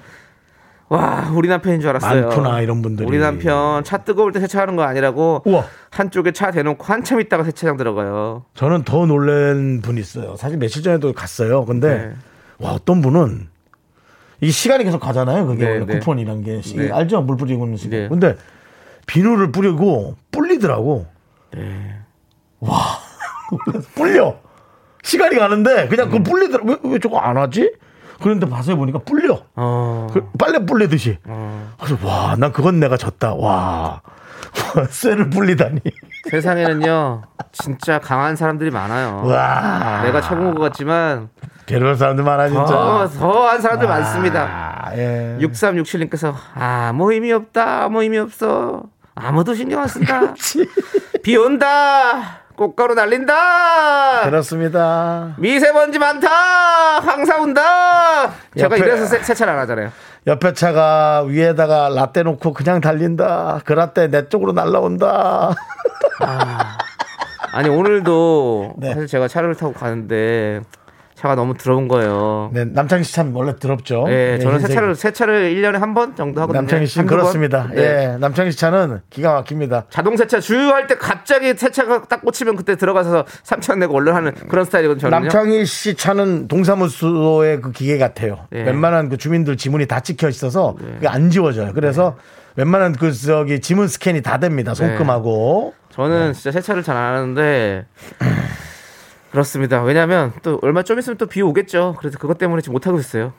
Speaker 3: 와, 우리 남편인 줄 알았어요.
Speaker 2: 많구나, 이런 분들이.
Speaker 3: 우리 남편 차 뜨거울 때 세차하는 거 아니라고
Speaker 2: 우와.
Speaker 3: 한쪽에 차 대놓고 한참 있다가 세차장 들어가요.
Speaker 2: 저는 더 놀란 분이 있어요. 사실 며칠 전에도 갔어요. 근데
Speaker 3: 네.
Speaker 2: 와 어떤 분은 이 시간이 계속 가잖아요. 그게
Speaker 3: 네,
Speaker 2: 원래
Speaker 3: 네.
Speaker 2: 쿠폰이란 게 시-
Speaker 3: 네.
Speaker 2: 알죠? 물 뿌리고는 시간.
Speaker 3: 네.
Speaker 2: 근데 비누를 뿌리고 뿔리더라고.
Speaker 3: 네.
Speaker 2: 와 뿔려. 시간이 가는데 그냥
Speaker 3: 음.
Speaker 2: 그 뿔리더라고. 왜, 왜 저거 안 하지? 그런데 봐서 보니까 뿔려.
Speaker 3: 어.
Speaker 2: 그 빨래 불리듯이. 그래서 와, 난 그건 내가 졌다. 와. 쇠를 불리다니.
Speaker 3: 세상에는요, 진짜 강한 사람들이 많아요.
Speaker 2: 와.
Speaker 3: 내가 최고인 것 같지만
Speaker 2: 괴로운 사람들 많아 진짜.
Speaker 3: 더, 더한 어, 사람들 많습니다.
Speaker 2: 아, 예.
Speaker 3: 6367님께서 아무 뭐 의미 없다 아무 의미 없어 아무도 신경 안 쓴다 비 온다 꽃가루 날린다
Speaker 2: 그렇습니다.
Speaker 3: 미세먼지 많다 항상 온다 제가
Speaker 2: 옆에-
Speaker 3: 이래서 세, 세차를 안 하잖아요
Speaker 2: 옆에 차가 위에다가 라떼 놓고 그냥 달린다. 그 라떼 내 쪽으로 날라온다.
Speaker 3: 아니 오늘도
Speaker 2: 네.
Speaker 3: 사실 제가 차를 타고 가는데 차가 너무 더러운 거예요
Speaker 2: 네, 남창희 씨참 원래 더럽죠.
Speaker 3: 예,
Speaker 2: 네,
Speaker 3: 저는
Speaker 2: 흰색이.
Speaker 3: 세차를 세차를 1년에 한 번 정도 하거든요
Speaker 2: 남창희 씨는
Speaker 3: 한두 번.
Speaker 2: 그렇습니다.
Speaker 3: 네.
Speaker 2: 예, 남창희 씨 차는 기가 막힙니다.
Speaker 3: 자동 세차 주유할 때 갑자기 세차가 딱 꽂히면 그때 들어가서 3천 내고 얼른 하는 그런 스타일이거든요 저는요.
Speaker 2: 남창희 씨 차는 동사무소의 그 기계 같아요.
Speaker 3: 예.
Speaker 2: 웬만한 그 주민들 지문이 다 찍혀 있어서 그게 안 지워져요. 그래서
Speaker 3: 네.
Speaker 2: 웬만한 그 저기 지문 스캔이 다 됩니다. 손금하고
Speaker 3: 저는
Speaker 2: 네.
Speaker 3: 진짜 세차를 잘 안 하는데 그렇습니다. 왜냐하면 또 얼마 좀 있으면 또 비 오겠죠. 그래서 그것 때문에 지금 못 하고 있어요.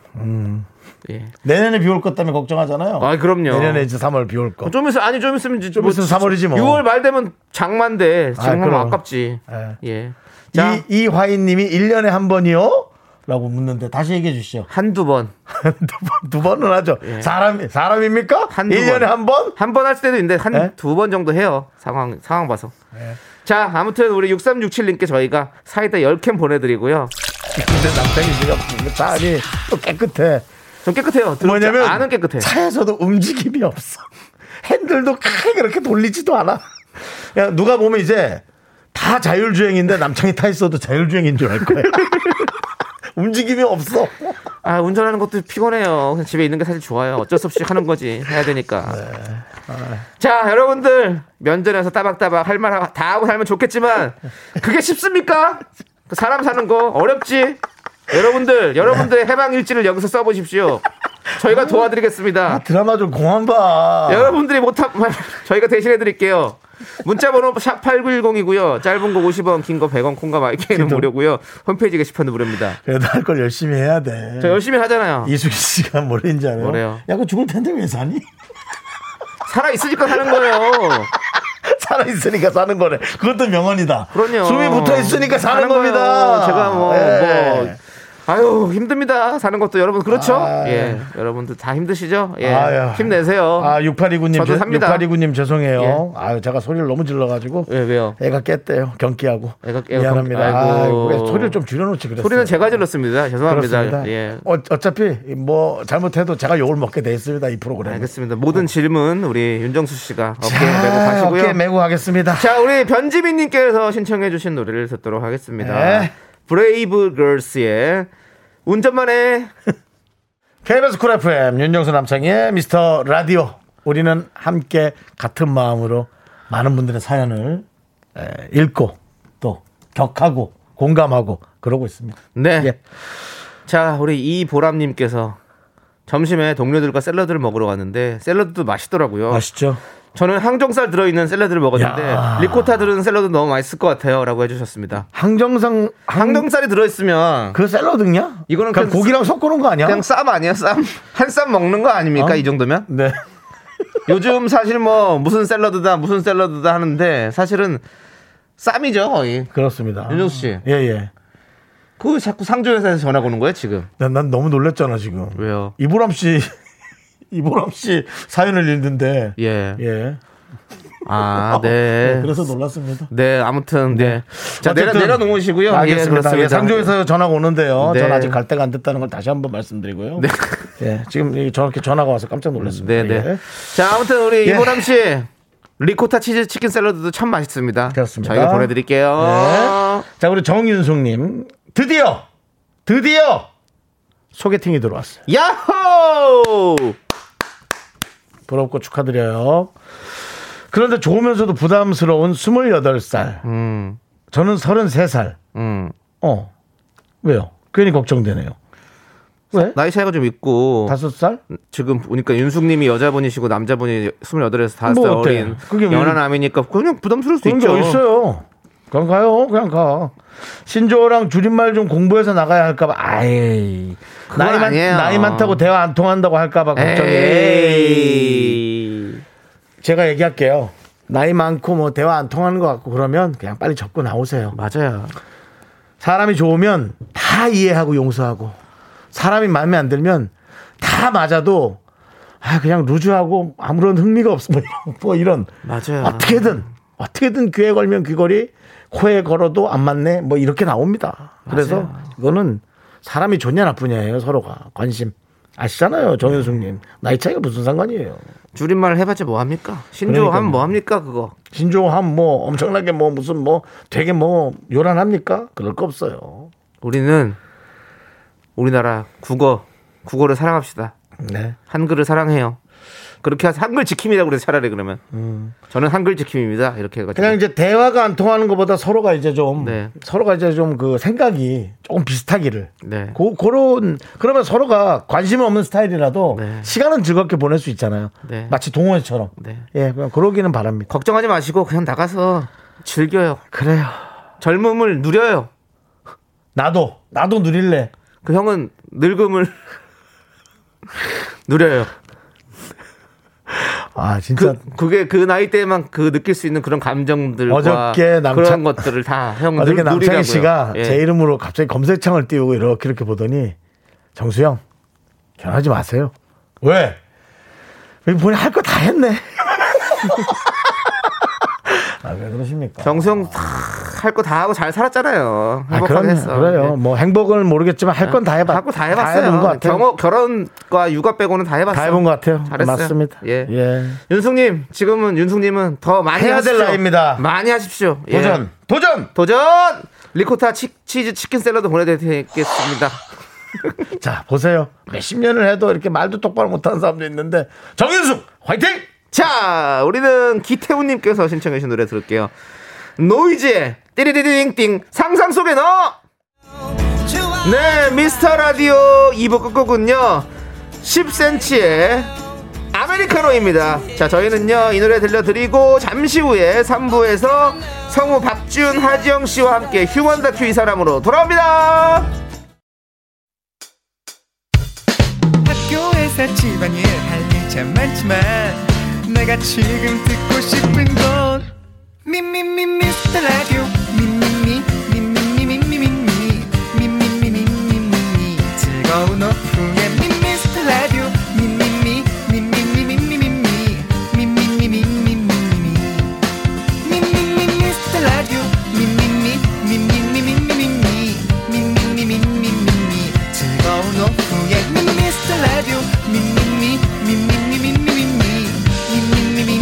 Speaker 3: 예.
Speaker 2: 내년에 비 올 것 때문에 걱정하잖아요.
Speaker 3: 아 그럼요.
Speaker 2: 내년에 이제 3월 비 올 거.
Speaker 3: 뭐 좀 있으면 아니 좀 있으면 이제
Speaker 2: 좀 있으면 3월이지 뭐.
Speaker 3: 6월 말 되면 장마인데 지금
Speaker 2: 아,
Speaker 3: 하면
Speaker 2: 그럼.
Speaker 3: 아깝지.
Speaker 2: 예.
Speaker 3: 예. 자
Speaker 2: 이 이화인님이 1년에 한 번이요? 라고 묻는데 다시 얘기해 주시죠.
Speaker 3: 한두 번.
Speaker 2: 두, 번, 두 번은 하죠. 사람 사람입니까?
Speaker 3: 한두
Speaker 2: 1년에
Speaker 3: 번.
Speaker 2: 한 번?
Speaker 3: 한 번 할 때도 있는데 한
Speaker 2: 예?
Speaker 3: 두 번 정도 해요. 상황 상황 봐서.
Speaker 2: 네.
Speaker 3: 자 아무튼 우리 6367님께 저희가 사이다 10캔 보내드리고요.
Speaker 2: 근데 남편이 지금 차 안이 또 깨끗해.
Speaker 3: 좀 깨끗해요.
Speaker 2: 뭐냐면
Speaker 3: 안은 깨끗해.
Speaker 2: 차에서도 움직임이 없어. 핸들도 크게 그렇게 돌리지도 않아. 야 누가 보면 이제 다 자율주행인데 남창이 타 있어도 자율주행인 줄 알 거야. 움직임이 없어.
Speaker 3: 아 운전하는 것도 피곤해요. 그냥 집에 있는 게 사실 좋아요. 어쩔 수 없이 하는 거지 해야 되니까.
Speaker 2: 네. 아.
Speaker 3: 자 여러분들 면전에서 따박따박 할 말 다 하고 살면 좋겠지만 그게 쉽습니까? 그 사람 사는 거 어렵지. 여러분들
Speaker 2: 네.
Speaker 3: 여러분들의 해방 일지를 여기서 써보십시오.
Speaker 2: 아.
Speaker 3: 저희가 도와드리겠습니다.
Speaker 2: 드라마 좀 공안 봐.
Speaker 3: 여러분들이 못하면 저희가 대신해 드릴게요. 문자번호 샵 8910이고요. 짧은 거 50원, 긴 거 100원, 콩과 마이크는 무료고요. 홈페이지 게시판도 무료입니다.
Speaker 2: 그래도 할 걸 열심히 해야 돼.
Speaker 3: 저 열심히 하잖아요.
Speaker 2: 네. 이수기 씨가 뭐랬는지 알아요?
Speaker 3: 뭐래요?
Speaker 2: 야, 그거 죽을 텐데 왜 사니?
Speaker 3: 살아 있으니까 사는 거예요.
Speaker 2: 살아있으니까 사는 거래. 그것도 명언이다.
Speaker 3: 그럼요.
Speaker 2: 숨이 붙어 있으니까 사는
Speaker 3: 사는 거예요.
Speaker 2: 겁니다.
Speaker 3: 제가 뭐,
Speaker 2: 예.
Speaker 3: 뭐, 아유, 힘듭니다. 사는 것도 여러분, 그렇죠?
Speaker 2: 아,
Speaker 3: 예. 여러분들 다 힘드시죠? 예.
Speaker 2: 아유.
Speaker 3: 힘내세요.
Speaker 2: 아, 6829님.
Speaker 3: 저도
Speaker 2: 제-
Speaker 3: 삽니다. 예.
Speaker 2: 6829님 죄송해요. 아유, 제가 소리를 너무 질러가지고.
Speaker 3: 왜, 왜요?
Speaker 2: 애가 깼대요. 경기하고.
Speaker 3: 예. 애가- 애가
Speaker 2: 미안합니다.
Speaker 3: 경- 아이고.
Speaker 2: 아이고, 소리를 좀 줄여놓지 그랬어요.
Speaker 3: 소리는 제가 질렀습니다. 죄송합니다.
Speaker 2: 그렇습니다.
Speaker 3: 예.
Speaker 2: 어, 어차피 뭐 잘못해도 제가 욕을 먹게 돼 있습니다. 이 프로그램.
Speaker 3: 알겠습니다. 모든 질문 우리 윤정수 씨가 어깨에
Speaker 2: 네. 자,
Speaker 3: 메고 가시고요.
Speaker 2: 어깨 메고 하겠습니다.
Speaker 3: 자, 우리 변지민님께서 신청해주신 노래를 듣도록 하겠습니다.
Speaker 2: 네.
Speaker 3: 브레이브 걸스의 운전만 해.
Speaker 2: KBS 쿨 FM 윤정수 남창의 미스터 라디오 우리는 함께 같은 마음으로 많은 분들의 사연을 에, 읽고 또 격하고 공감하고 그러고 있습니다.
Speaker 3: 네.
Speaker 2: 예.
Speaker 3: 자, 우리 이보람님께서 점심에 동료들과 샐러드를 먹으러 갔는데 샐러드도 맛있더라고요.
Speaker 2: 아시죠?
Speaker 3: 저는 항정살 들어있는 샐러드를 먹었는데
Speaker 2: 야.
Speaker 3: 리코타 들은 샐러드 너무 맛있을 것 같아요라고 해주셨습니다.
Speaker 2: 항정상 항정
Speaker 3: 항정살이 들어있으면
Speaker 2: 그 샐러드냐?
Speaker 3: 이거는
Speaker 2: 그냥
Speaker 3: 그냥
Speaker 2: 고기랑 섞어놓은 거 아니야?
Speaker 3: 그냥 쌈 아니야 쌈? 한 쌈 먹는 거 아닙니까
Speaker 2: 어?
Speaker 3: 이 정도면?
Speaker 2: 네.
Speaker 3: 요즘 사실 뭐 무슨 샐러드다 무슨 샐러드다 하는데 사실은 쌈이죠 거의.
Speaker 2: 그렇습니다.
Speaker 3: 윤정수 씨.
Speaker 2: 예, 예.
Speaker 3: 그 자꾸 상조 회사에서 전화 오는 거예요 지금?
Speaker 2: 난, 난 너무 놀랬잖아, 지금.
Speaker 3: 왜요?
Speaker 2: 이보람 씨 이보람 씨 사연을 읽는데
Speaker 3: 예.
Speaker 2: 예.
Speaker 3: 아, 네.
Speaker 2: 그래서 놀랐습니다.
Speaker 3: 네, 아무튼 네. 자, 내려
Speaker 2: 어쨌든
Speaker 3: 내려놓으시고요. 예,
Speaker 2: 알겠습니다. 예,
Speaker 3: 그렇습니다.
Speaker 2: 상조에서 전화가 오는데요.
Speaker 3: 네.
Speaker 2: 전 아직 갈 때가 안 됐다는 걸 다시 한번 말씀드리고요.
Speaker 3: 네.
Speaker 2: 예, 지금 이 저렇게 전화가 와서 깜짝 놀랐습니다.
Speaker 3: 네, 네.
Speaker 2: 예.
Speaker 3: 자, 아무튼 우리
Speaker 2: 예.
Speaker 3: 이보람 씨 리코타 치즈 치킨 샐러드도 참 맛있습니다.
Speaker 2: 그렇습니다.
Speaker 3: 저희가 보내드릴게요.
Speaker 2: 네. 자, 우리 정윤숙님 드디어 드디어 소개팅이 들어왔어요.
Speaker 3: 야호!
Speaker 2: 부럽고 축하드려요. 그런데 좋으면서도 부담스러운 28살.
Speaker 3: 음,
Speaker 2: 저는 33살.
Speaker 3: 음.
Speaker 2: 어. 왜요? 괜히 걱정되네요. 왜?
Speaker 3: 나이 차이가 좀 있고
Speaker 2: 다섯 살?
Speaker 3: 지금 보니까 윤숙님이 여자분이시고 남자분이 28에서 5살
Speaker 2: 뭐 어때요?
Speaker 3: 어린
Speaker 2: 그게 왜-
Speaker 3: 연하남이니까 그냥 부담스러울 수
Speaker 2: 그런 게
Speaker 3: 있죠.
Speaker 2: 어딨어요. 그냥 가요. 그냥 가. 신조어랑 줄임말 좀 공부해서 나가야 할까봐. 아이.
Speaker 3: 그건
Speaker 2: 나이, 많,
Speaker 3: 아니에요.
Speaker 2: 나이 많다고 대화 안 통한다고 할까봐 걱정이.
Speaker 3: 에이.
Speaker 2: 제가 얘기할게요. 나이 많고 뭐 대화 안 통하는 것 같고 그러면 그냥 빨리 접고 나오세요.
Speaker 3: 맞아요.
Speaker 2: 사람이 좋으면 다 이해하고 용서하고 사람이 마음에 안 들면 다 맞아도 아 그냥 루즈하고 아무런 흥미가 없어 뭐 이런, 뭐 이런
Speaker 3: 맞아요.
Speaker 2: 어떻게든 어떻게든 귀에 걸면 귀걸이 코에 걸어도 안 맞네 뭐 이렇게 나옵니다 그래서
Speaker 3: 맞아요.
Speaker 2: 이거는 사람이 좋냐 나쁘냐예요 서로가 관심 아시잖아요 정현숙님 나이 차이가 무슨 상관이에요
Speaker 3: 줄임말 해봤자 뭐합니까? 신조
Speaker 2: 그러니까요.
Speaker 3: 하면 뭐합니까 그거?
Speaker 2: 신조함 뭐 엄청나게 뭐 무슨 뭐 되게 뭐 요란합니까 그럴 거 없어요
Speaker 3: 우리는 우리나라 국어 국어를 사랑합시다.
Speaker 2: 네
Speaker 3: 한글을 사랑해요. 그렇게 해서 한글 지킴이라고 그래서 차라리 그러면 저는 한글 지킴입니다. 이렇게
Speaker 2: 음.
Speaker 3: 해가지고
Speaker 2: 그냥 이제 대화가 안 통하는 것보다 서로가 이제 좀
Speaker 3: 네.
Speaker 2: 서로가 이제 좀 그 생각이 조금 비슷하기를
Speaker 3: 네.
Speaker 2: 고, 그런 그러면 서로가 관심 없는 스타일이라도
Speaker 3: 네.
Speaker 2: 시간은 즐겁게 보낼 수 있잖아요.
Speaker 3: 네.
Speaker 2: 마치 동호회처럼
Speaker 3: 네.
Speaker 2: 예 그냥 그러기는 바랍니다.
Speaker 3: 걱정하지 마시고 그냥 나가서 즐겨요.
Speaker 2: 그래요.
Speaker 3: 젊음을 누려요.
Speaker 2: 나도 나도 누릴래.
Speaker 3: 그 형은 늙음을 누려요.
Speaker 2: 아 진짜
Speaker 3: 그 그게 그 나이 때만 그 느낄 수 있는 그런 감정들과
Speaker 2: 어저께 남창-
Speaker 3: 그런 것들을 다형
Speaker 2: 어저께
Speaker 3: 누리라고요.
Speaker 2: 남창희 씨가
Speaker 3: 예.
Speaker 2: 제 이름으로 갑자기 검색창을 띄우고 이렇게 이렇게 보더니 정수영 결혼하지 마세요. 왜? 여기 보니 할 거 다 했네. 아 왜 그러십니까?
Speaker 3: 정수영 할 거 다 하고 잘 살았잖아요.
Speaker 2: 아,
Speaker 3: 행복하게
Speaker 2: 그럼요.
Speaker 3: 했어.
Speaker 2: 그래요.
Speaker 3: 예.
Speaker 2: 뭐 행복은 모르겠지만 할 건 다 해봤.
Speaker 3: 하고 다
Speaker 2: 해본 것
Speaker 3: 해봤어요.
Speaker 2: 같아요.
Speaker 3: 경호, 결혼과 육아 빼고는 다 해봤어요.
Speaker 2: 다 해본 것 같아요.
Speaker 3: 잘했어요.
Speaker 2: 맞습니다.
Speaker 3: 예.
Speaker 2: 예.
Speaker 3: 윤숙님 지금은 윤숙님은 더 많이
Speaker 2: 해야 될
Speaker 3: 하십시오.
Speaker 2: 나이입니다.
Speaker 3: 많이 하십시오. 예.
Speaker 2: 도전, 도전.
Speaker 3: 도전. 리코타 치, 즈 치킨 샐러드 보내드리겠습니다.
Speaker 2: 자 보세요. 몇십 년을 해도 이렇게 말도 똑바로 못하는 사람도 있는데 정윤숙 화이팅.
Speaker 3: 자, 우리는 기태훈님께서 신청해주신 노래 들을게요. 노이즈의 띠리디딩띵 상상 속에 넣어. 네, 미스터 라디오 2부 끝곡은요. 10cm의 아메리카노입니다. 자, 저희는요, 이 노래 들려드리고, 잠시 후에 3부에서 성우 박지훈, 하지영 씨와 함께 휴먼 다큐 이 사람으로 돌아옵니다.
Speaker 6: 학교에서 집안일 할 일 참 많지만 내가 지금 듣고 싶은 건 미미미 미스터 라디오 미미미 미미미 미미미 미미미 미미미 즐거운 오후에 미스터 라디오 미미미 미미미 미미미 미미미 미미미 예,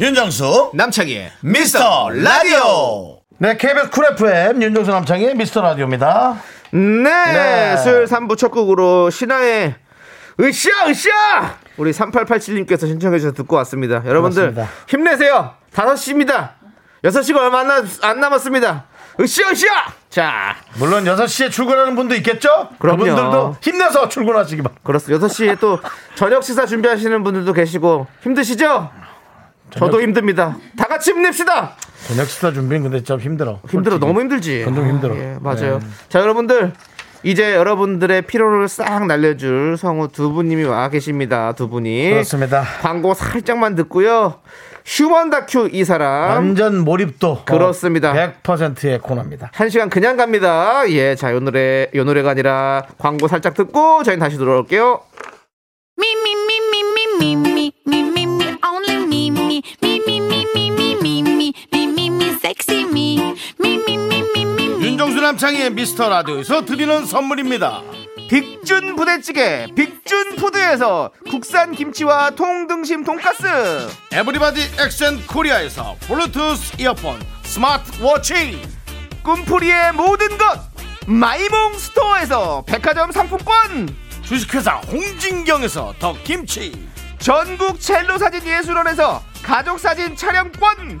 Speaker 5: 윤정수 남창희의 미스터 라디오
Speaker 2: 네, KBS 쿨 FM 윤종수 남창희 미스터 라디오입니다.
Speaker 3: 네,
Speaker 2: 네.
Speaker 3: 수요일 3부 첫 곡으로 신화의 으쌰 으쌰 우리 3887님께서 신청해 주셔서 듣고 왔습니다. 여러분들
Speaker 2: 고맙습니다.
Speaker 3: 힘내세요. 5시입니다. 6시가 얼마 안, 남- 안 남았습니다. 으쌰 으쌰 자,
Speaker 2: 물론 6시에 출근하는 분도 있겠죠?
Speaker 3: 그럼요.
Speaker 2: 그분들도 힘내서 출근하시기 바랍니다.
Speaker 3: 그렇습니다. 6시에 또 저녁 식사 준비하시는 분들도 계시고 힘드시죠? 저도 힘듭니다. 다 같이 힘냅시다.
Speaker 2: 저녁 식사 준비는 근데 참 힘들어.
Speaker 3: 힘들어 너무 힘들지.
Speaker 2: 그건 좀 힘들어. 네.
Speaker 3: 예, 맞아요. 자 여러분들 이제 여러분들의 피로를 싹 날려줄 성우 두 분님이 와 계십니다. 두 분이.
Speaker 2: 그렇습니다.
Speaker 3: 광고 살짝만 듣고요. 휴먼 다큐 이 사람.
Speaker 2: 완전 몰입도
Speaker 3: 그렇습니다.
Speaker 2: 100%의 코너입니다.
Speaker 3: 한 시간 그냥 갑니다. 예, 자, 요 노래, 요 노래가 아니라 광고 살짝 듣고 저희는 다시 돌아올게요.
Speaker 4: Me, me, me, me, me, me, me, me, me, me, only me, me, me, me, me, me, me, me, me, me, me, me, sexy me, me, me, me, me, me, me.
Speaker 5: 윤정수 남창희의 미스터 라디오에서 드리는 선물입니다.
Speaker 3: 빅준 부대찌개, 빅준 푸드에서 국산 김치와 통등심 돈가스.
Speaker 5: 에브리바디 엑센 코리아에서 블루투스 이어폰, 스마트 워치,
Speaker 3: 꿈풀이의 모든 것 마이몽 스토어에서 백화점 상품권
Speaker 5: 주식회사 홍진경에서 더 김치,
Speaker 3: 전국 첼로 사진 예술원에서 가족 사진 촬영권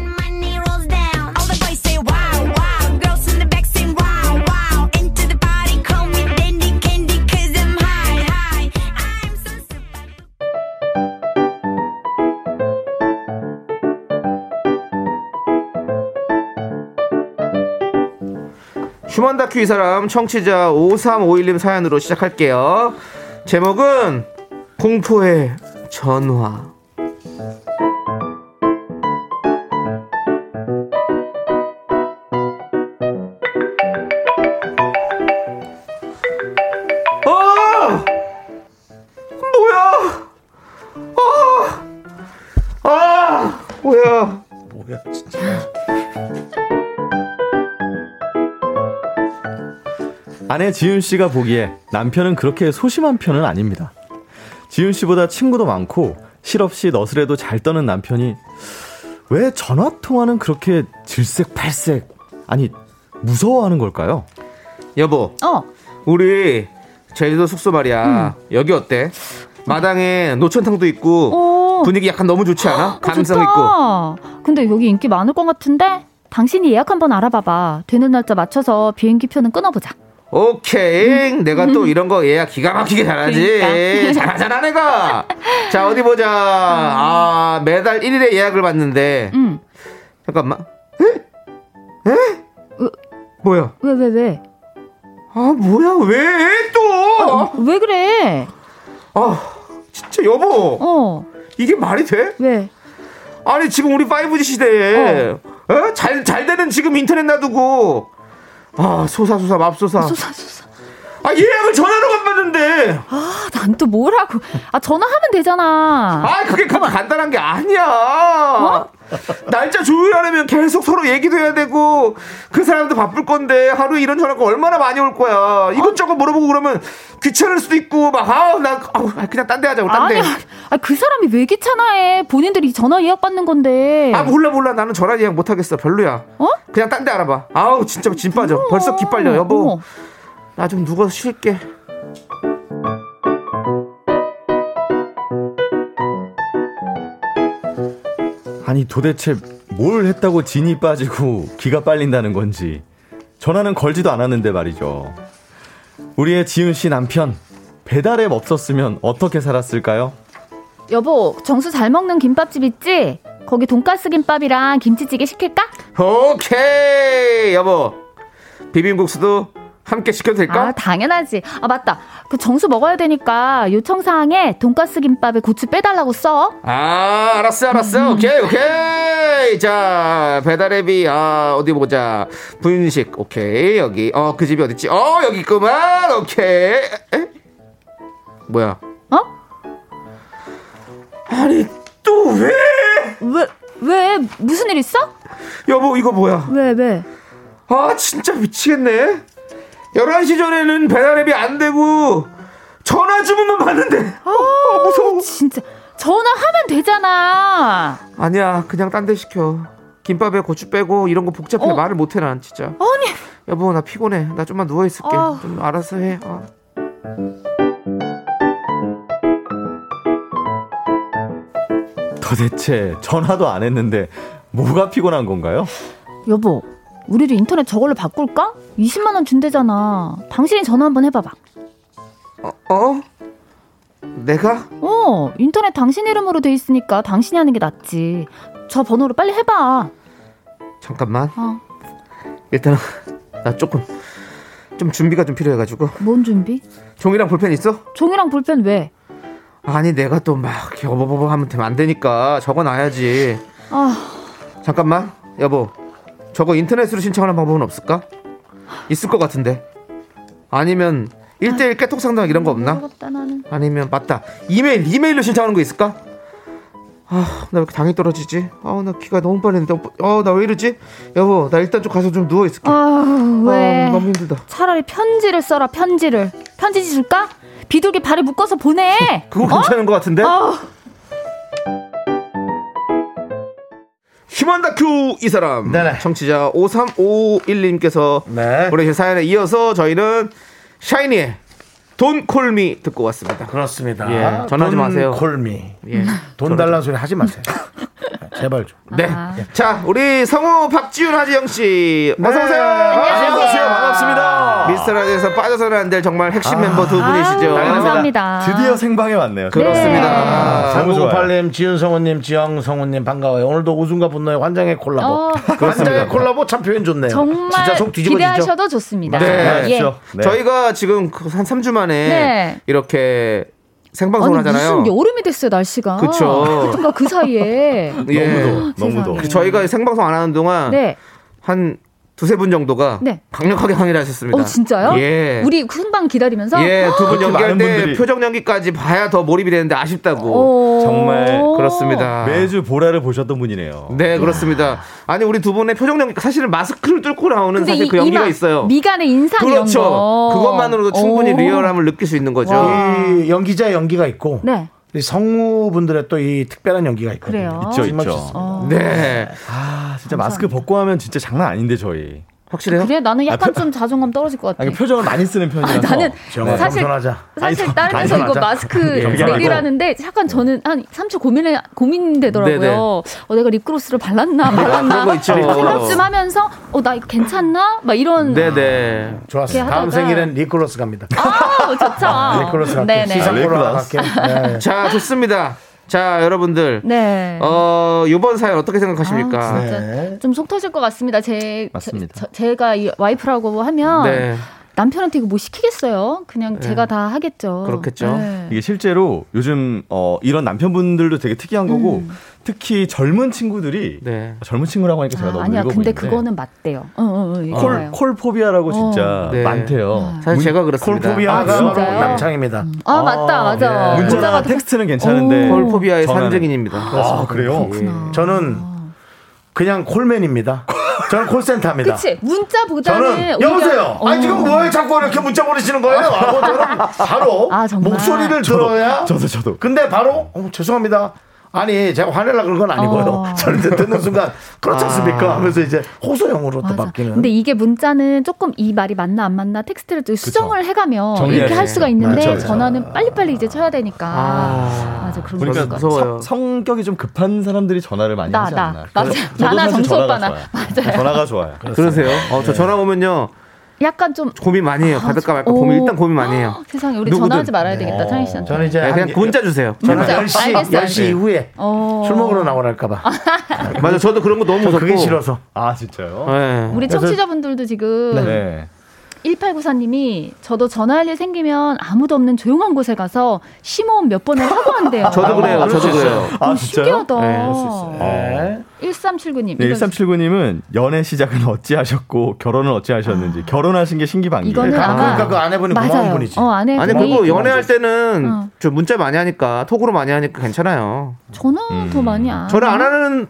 Speaker 4: Money rolls down. All the boys say wow, wow. Girls in the back say wow, wow. Into the party, call me Dandy Candy, cause I'm high, high. I'm so super.
Speaker 3: 휴먼 다큐 이 사람 청취자 5351님 사연으로 시작할게요 제목은 공포의 전화 아! 뭐야? 아! 아! 뭐야?
Speaker 2: 뭐야, 진짜.
Speaker 7: 아내 지윤 씨가 보기에 남편은 그렇게 소심한 편은 아닙니다. 지윤 씨보다 친구도 많고 실없이 너스레도 잘 떠는 남편이 왜 전화 통화는 그렇게 질색팔색 아니 무서워하는 걸까요?
Speaker 3: 여보.
Speaker 8: 어. 음.
Speaker 3: 우리 제주도 숙소 말이야. 여기 어때? 마당에 노천탕도 있고
Speaker 8: 오.
Speaker 3: 분위기 약간 너무 좋지 않아?
Speaker 8: 어,
Speaker 3: 감성 있고.
Speaker 8: 좋다. 근데 여기 인기 많을 것 같은데? 당신이 예약 한번 알아봐봐. 되는 날짜 맞춰서 비행기 표는 끊어보자.
Speaker 3: 오케이. 내가 또 이런 거 예약 기가 막히게 잘하지.
Speaker 8: 음. 그러니까. 음.
Speaker 3: 잘하잖아 내가. 자 어디 보자. 아 매달 1일에 예약을 받는데
Speaker 8: 응.
Speaker 3: 잠깐만. 에? 에?
Speaker 8: 으.
Speaker 3: 뭐야?
Speaker 8: 왜, 왜, 왜?
Speaker 3: 아 뭐야 왜 또?
Speaker 8: 어, 왜 그래?
Speaker 3: 아 진짜 여보
Speaker 8: 어,
Speaker 3: 이게 말이 돼?
Speaker 8: 왜?
Speaker 3: 아니 지금 우리 5G
Speaker 8: 어.
Speaker 3: 시대에 에? 잘, 잘 되는 지금 인터넷 놔두고 아 소사소사 맙소사
Speaker 8: 수사, 수사.
Speaker 3: 아 예약을 전화로 간다는데
Speaker 8: 아, 난 또 뭐라고. 아, 전화하면 되잖아. 어?
Speaker 3: 아 그게 그렇게 간단한 게 아니야 날짜 조율하려면 계속 서로 얘기도 해야 되고 그 사람도 바쁠 건데 하루에 이런 전화가 얼마나 많이 올 거야 이것저것 물어보고 그러면 귀찮을 수도 있고 막아나 그냥 딴 데 하자고
Speaker 8: 아니,
Speaker 3: 딴데
Speaker 8: 아, 그 사람이 왜 귀찮아해? 본인들이 전화 예약 받는 건데.
Speaker 3: 아 몰라 몰라 나는 전화 예약 못하겠어 별로야
Speaker 8: 어?
Speaker 3: 그냥 딴 데 알아봐 아우 진짜 진 빠져 벌써 기 빨려 여보
Speaker 8: 어머.
Speaker 3: 나 좀 누워서 쉴게.
Speaker 7: 아니 도대체 뭘 했다고 진이 빠지고 기가 빨린다는 건지 전화는 걸지도 않았는데 말이죠. 우리의 지윤 씨 남편 배달앱 없었으면 어떻게 살았을까요?
Speaker 8: 여보, 정수 잘 먹는 김밥집 있지? 거기 돈가스 김밥이랑 김치찌개 시킬까?
Speaker 3: 오케이 여보 비빔국수도 함께 시켜도 될까?
Speaker 8: 아, 당연하지. 아, 맞다. 그 정수 먹어야 되니까 요청사항에 돈가스 김밥에 고추 빼달라고 써.
Speaker 3: 아 알았어 알았어 오케이 오케이 자 배달앱이 아 어디 보자 분식 오케이 여기 어 그 집이 어딨지 어 여기 있구만 오케이 에? 뭐야
Speaker 8: 어?
Speaker 3: 아니 또 왜
Speaker 8: 왜, 왜, 무슨 일 있어?
Speaker 3: 여보 이거 뭐야
Speaker 8: 왜, 왜?
Speaker 3: 아 진짜 미치겠네 11시 전에는 배달앱이 안 되고 전화 주문만 받는데 아 무서워
Speaker 8: 진짜. 전화하면 되잖아.
Speaker 3: 아니야 그냥 딴 데 시켜 김밥에 고추 빼고 이런 거 복잡해
Speaker 8: 어.
Speaker 3: 말을 못해 난 진짜
Speaker 8: 아니.
Speaker 3: 여보 나 피곤해 나 좀만 누워 있을게
Speaker 8: 아.
Speaker 3: 좀 알아서 해 어.
Speaker 7: 도대체 전화도 안 했는데 뭐가 피곤한 건가요?
Speaker 8: 여보, 우리도 인터넷 저걸로 바꿀까? 20만원 준대잖아. 당신이 전화 한번 해봐봐.
Speaker 3: 어? 내가?
Speaker 8: 어, 인터넷 당신 이름으로 돼 있으니까 당신이 하는 게 낫지. 저 번호로 빨리 해봐.
Speaker 3: 잠깐만.
Speaker 8: 어,
Speaker 3: 일단은 나 조금 좀 준비가 좀 필요해가지고
Speaker 8: 뭔 준비?
Speaker 3: 종이랑 볼펜 있어?
Speaker 8: 종이랑 볼펜 왜?
Speaker 3: 아니 내가 또 막 이렇게 어버버버 하면 되면 안 되니까 적어놔야지
Speaker 8: 아,
Speaker 3: 잠깐만 여보 저거 인터넷으로 신청하는 방법은 없을까? 있을 것 같은데 아니면 1대1 깨톡 상담 이런 거 없나?
Speaker 8: 모르겠다 나는.
Speaker 3: 아니면 맞다 이메일 이메일로 신청하는 거 있을까? 아 나 왜 이렇게 당이 떨어지지? 아나 키가 너무 빠르는데 어나 왜 이러지? 여보 나 일단 좀 가서 좀 누워 있을게
Speaker 8: 아, 왜?
Speaker 3: 아, 너무 힘들다
Speaker 8: 차라리 편지를 써라 편지를. 편지 줄까? 비둘기 발에 묶어서 보내.
Speaker 3: 그거 괜찮은 것 같은데?
Speaker 8: 어.
Speaker 3: 희망 다큐 이 사람
Speaker 2: 네네.
Speaker 3: 청취자 5351님께서
Speaker 2: 네.
Speaker 3: 보내신 사연에 이어서 저희는 샤이니의 돈 콜미 듣고 왔습니다.
Speaker 2: 그렇습니다.
Speaker 3: 예, 전화 좀
Speaker 2: 돈
Speaker 3: 하세요.
Speaker 2: 콜미.
Speaker 3: 예.
Speaker 2: 돈 달라는 소리 하지 마세요. 제발 좀.
Speaker 3: 네.
Speaker 8: 아.
Speaker 3: 자, 우리 성우 박지훈 하지영 씨
Speaker 7: 네.
Speaker 3: 어서 오세요.
Speaker 2: 안녕하세요.
Speaker 3: 오세요.
Speaker 7: 반갑습니다. 아.
Speaker 3: 미스터 라디오에서 빠져서는 안 될 정말 핵심 멤버 두 분이시죠. 네.
Speaker 8: 아유, 감사합니다.
Speaker 7: 드디어 생방에 왔네요.
Speaker 3: 그렇습니다.
Speaker 7: 너무 좋아요.
Speaker 2: 3958님, 지은성우님, 지영성우님 반가워요. 오늘도 우승과 분노의 환장의 콜라보.
Speaker 8: 어,
Speaker 2: 환장의 콜라보 참 표현 좋네요. 진짜
Speaker 8: 정말
Speaker 2: 속 뒤집어지죠.
Speaker 8: 기대하셔도 좋습니다.
Speaker 3: 네.
Speaker 8: 예.
Speaker 7: 그렇죠. 네.
Speaker 3: 저희가 지금 그한 3주 만에
Speaker 8: 네.
Speaker 3: 이렇게
Speaker 8: 아니
Speaker 3: 생방송을 하잖아요.
Speaker 8: 무슨 여름이 됐어요 날씨가.
Speaker 3: 그쵸.
Speaker 8: 그그 사이에.
Speaker 3: 예.
Speaker 7: 너무 더워. 너무
Speaker 8: 아, 세상에.
Speaker 7: 더워.
Speaker 3: 그 저희가 생방송 안 하는 동안
Speaker 8: 네.
Speaker 3: 한 두세 분 정도가
Speaker 8: 네.
Speaker 3: 강력하게 항의를 하셨습니다.
Speaker 8: 어 진짜요?
Speaker 3: 예.
Speaker 8: 우리 아, 승방 기다리면서.
Speaker 3: 예, 두 분
Speaker 7: 그렇게
Speaker 3: 연기할
Speaker 7: 많은
Speaker 3: 때
Speaker 7: 분들이-
Speaker 3: 표정 연기까지 봐야 더 몰입이 되는데 아쉽다고.
Speaker 8: 오.
Speaker 7: 정말
Speaker 8: 어.
Speaker 3: 그렇습니다.
Speaker 7: 아. 매주 보라를 보셨던 분이네요.
Speaker 3: 네, 그렇습니다. 아니, 우리 두 분의 표정 연기, 사실은 마스크를 뚫고 나오는
Speaker 8: 근데
Speaker 3: 사실
Speaker 8: 이
Speaker 3: 그 연기가
Speaker 8: 이마,
Speaker 3: 있어요.
Speaker 8: 미간의 인상
Speaker 3: 그렇죠.
Speaker 8: 이런 거. 어.
Speaker 3: 그것만으로도 충분히
Speaker 8: 오.
Speaker 3: 리얼함을 느낄 수 있는 거죠.
Speaker 7: 어.
Speaker 8: 와.
Speaker 2: 이 연기자 연기가 있고
Speaker 8: 네.
Speaker 2: 이 성우분들의 또 이 특별한 연기가 있거든요.
Speaker 8: 그래요.
Speaker 7: 있죠,
Speaker 2: 정말
Speaker 7: 있죠.
Speaker 2: 좋습니다.
Speaker 8: 어.
Speaker 3: 네.
Speaker 7: 아, 진짜 마스크 벗고 하면 진짜 장난 아닌데 저희.
Speaker 3: 확실해요? 아,
Speaker 8: 그래 나는 약간 좀 자존감 떨어질 것 네. 같아.
Speaker 7: 아니, 표정을 많이 쓰는 편이라서.
Speaker 8: 나는
Speaker 2: 정아
Speaker 8: 사실
Speaker 2: 겸손하자.
Speaker 8: 사실
Speaker 7: 아니,
Speaker 8: 따르면서 이거
Speaker 2: 겸손하자.
Speaker 8: 마스크
Speaker 7: 예, 겸손하고.
Speaker 8: 얘기를 하는데 약간 저는 한 3초 고민해 고민되더라고요.
Speaker 3: 네네.
Speaker 8: 어 내가 립그로스를 발랐나
Speaker 3: 네, 그런
Speaker 8: 말았나
Speaker 3: 거 있죠.
Speaker 8: 생각쯤 하면서 어 나 이거 괜찮나 막 이런
Speaker 3: 네네.
Speaker 2: 좋았어.
Speaker 8: 이렇게
Speaker 2: 다음
Speaker 8: 하다가-
Speaker 2: 생일엔 리콜러스 갑니다.
Speaker 8: 아우 어, 좋죠.
Speaker 2: 리콜러스 갈게.
Speaker 8: 네네. 아,
Speaker 2: 시상 코너
Speaker 7: 리콜러스.
Speaker 2: 갈게. 네.
Speaker 3: 자, 좋습니다. 자, 여러분들.
Speaker 8: 네.
Speaker 3: 어, 요번 사연 어떻게
Speaker 8: 아,
Speaker 3: 생각하십니까?
Speaker 8: 진짜
Speaker 2: 네.
Speaker 8: 좀 속 터질 것 같습니다. 제,
Speaker 7: 맞습니다.
Speaker 8: 저- 제가 이 와이프라고 하면
Speaker 3: 네.
Speaker 8: 남편한테 이거 뭐 시키겠어요? 그냥 제가 다 하겠죠.
Speaker 3: 그렇겠죠.
Speaker 8: 네.
Speaker 7: 이게 실제로 요즘 어, 이런 남편분들도 되게 특이한 거고
Speaker 8: 음.
Speaker 7: 특히 젊은 친구들이
Speaker 3: 네.
Speaker 7: 젊은 친구라고 하니까 제가
Speaker 8: 아,
Speaker 7: 너무
Speaker 8: 아니야.
Speaker 7: 늙어 보이는데
Speaker 8: 근데 그거는 맞대요. 어, 어, 어, 이거
Speaker 7: 콜,
Speaker 8: 봐요. 어.
Speaker 7: 콜포비아라고 진짜
Speaker 3: 네.
Speaker 7: 많대요.
Speaker 3: 사실 제가 그렇습니다.
Speaker 2: 콜포비아가
Speaker 8: 아, 진짜요?
Speaker 2: 남창입니다.
Speaker 8: 아, 맞다. 맞아.
Speaker 2: 예.
Speaker 7: 문자나 텍스트는 괜찮은데
Speaker 8: 오.
Speaker 3: 콜포비아의
Speaker 7: 전화는-
Speaker 3: 산증인입니다.
Speaker 7: 아 그래요?
Speaker 2: 예. 저는 그냥 콜맨입니다. 저는 콜센터입니다.
Speaker 8: 그치. 문자보다는.
Speaker 2: 그러니까 저는
Speaker 8: 오히려-
Speaker 2: 여보세요.
Speaker 8: 어.
Speaker 2: 아니 지금 뭐에 자꾸 이렇게 문자 보내시는 거예요? 하고 저는 바로
Speaker 8: 아, 정말.
Speaker 2: 목소리를 들어야
Speaker 7: 저도 저도
Speaker 2: 근데 바로 어, 죄송합니다. 아니 제가 화내려 그런 건 아니고요.
Speaker 8: 어. 아.
Speaker 2: 저는 이제 듣는 순간 그렇지 않습니까? 하면서 이제 호소형으로 또
Speaker 8: 맞아.
Speaker 2: 바뀌는.
Speaker 8: 근데 이게 문자는 조금 이 말이 맞나 안 맞나 텍스트를 또 수정을 해가며
Speaker 7: 정리해야
Speaker 8: 이렇게 할
Speaker 7: 돼요.
Speaker 8: 수가 있는데
Speaker 2: 맞아요.
Speaker 8: 전화는 빨리빨리 이제 쳐야 되니까 맞아 그런 거 있을
Speaker 7: 그러니까
Speaker 8: 것 같아.
Speaker 7: 성,
Speaker 3: 무서워요.
Speaker 7: 성격이 좀 급한 사람들이 전화를 많이
Speaker 8: 나,
Speaker 7: 하지
Speaker 8: 나.
Speaker 7: 않나.
Speaker 8: 맞아.
Speaker 7: 그래서
Speaker 8: 나나
Speaker 7: 저도 사실
Speaker 8: 정수
Speaker 7: 전화가
Speaker 8: 오빠나.
Speaker 7: 좋아요.
Speaker 8: 맞아요.
Speaker 7: 전화가 좋아요.
Speaker 3: 그러세요? 어, 저 전화 오면요.
Speaker 8: 약간 좀 어,
Speaker 3: 고민 많이
Speaker 8: 아,
Speaker 3: 해요. 받을까 말까 고민 일단 고민 많이 해요.
Speaker 8: 세상에 우리
Speaker 3: 누구든.
Speaker 8: 전화하지 말아야 되겠다. 창희 씨한테.
Speaker 2: 저는 이제
Speaker 3: 네,
Speaker 2: 한
Speaker 3: 그냥 문자 주세요.
Speaker 2: 저는
Speaker 8: 문자.
Speaker 2: 10시
Speaker 8: 알겠어요.
Speaker 2: 10시 이후에
Speaker 8: 어.
Speaker 2: 술 먹으러 나오랄까봐.
Speaker 3: 맞아. 저도 그런 거 너무 무섭고.
Speaker 2: 그게 싫어서.
Speaker 7: 아 진짜요?
Speaker 3: 예.
Speaker 8: 우리
Speaker 2: 그래서-
Speaker 8: 청취자분들도 지금
Speaker 7: 네.
Speaker 8: 1894님이 저도 전화할 일 생기면 아무도 없는 조용한 곳에 가서 심호흡 몇 번을 하고 한대요. 어,
Speaker 3: 저도 그래요. 저도
Speaker 2: 그럴 수
Speaker 3: 그래요.
Speaker 7: 아 진짜요?
Speaker 8: 신기하다.
Speaker 3: 네, 그럴
Speaker 2: 네.
Speaker 8: 1379님.
Speaker 7: 네, 1379님은 연애 시작은 어찌하셨고 결혼은 어찌하셨는지 결혼하신 게 신기반기.
Speaker 8: 아.
Speaker 7: 네,
Speaker 8: 이거는
Speaker 2: 아,
Speaker 8: 아마
Speaker 2: 그러니까 그 아내분이 고마운
Speaker 8: 맞아요.
Speaker 2: 분이지.
Speaker 8: 어, 아내
Speaker 3: 아니
Speaker 8: 분이
Speaker 3: 그리고 연애할 때는
Speaker 8: 어.
Speaker 3: 저 문자 많이 하니까 톡으로 많이 하니까 괜찮아요.
Speaker 8: 전화 더 많이 안.
Speaker 3: 전화 안 하는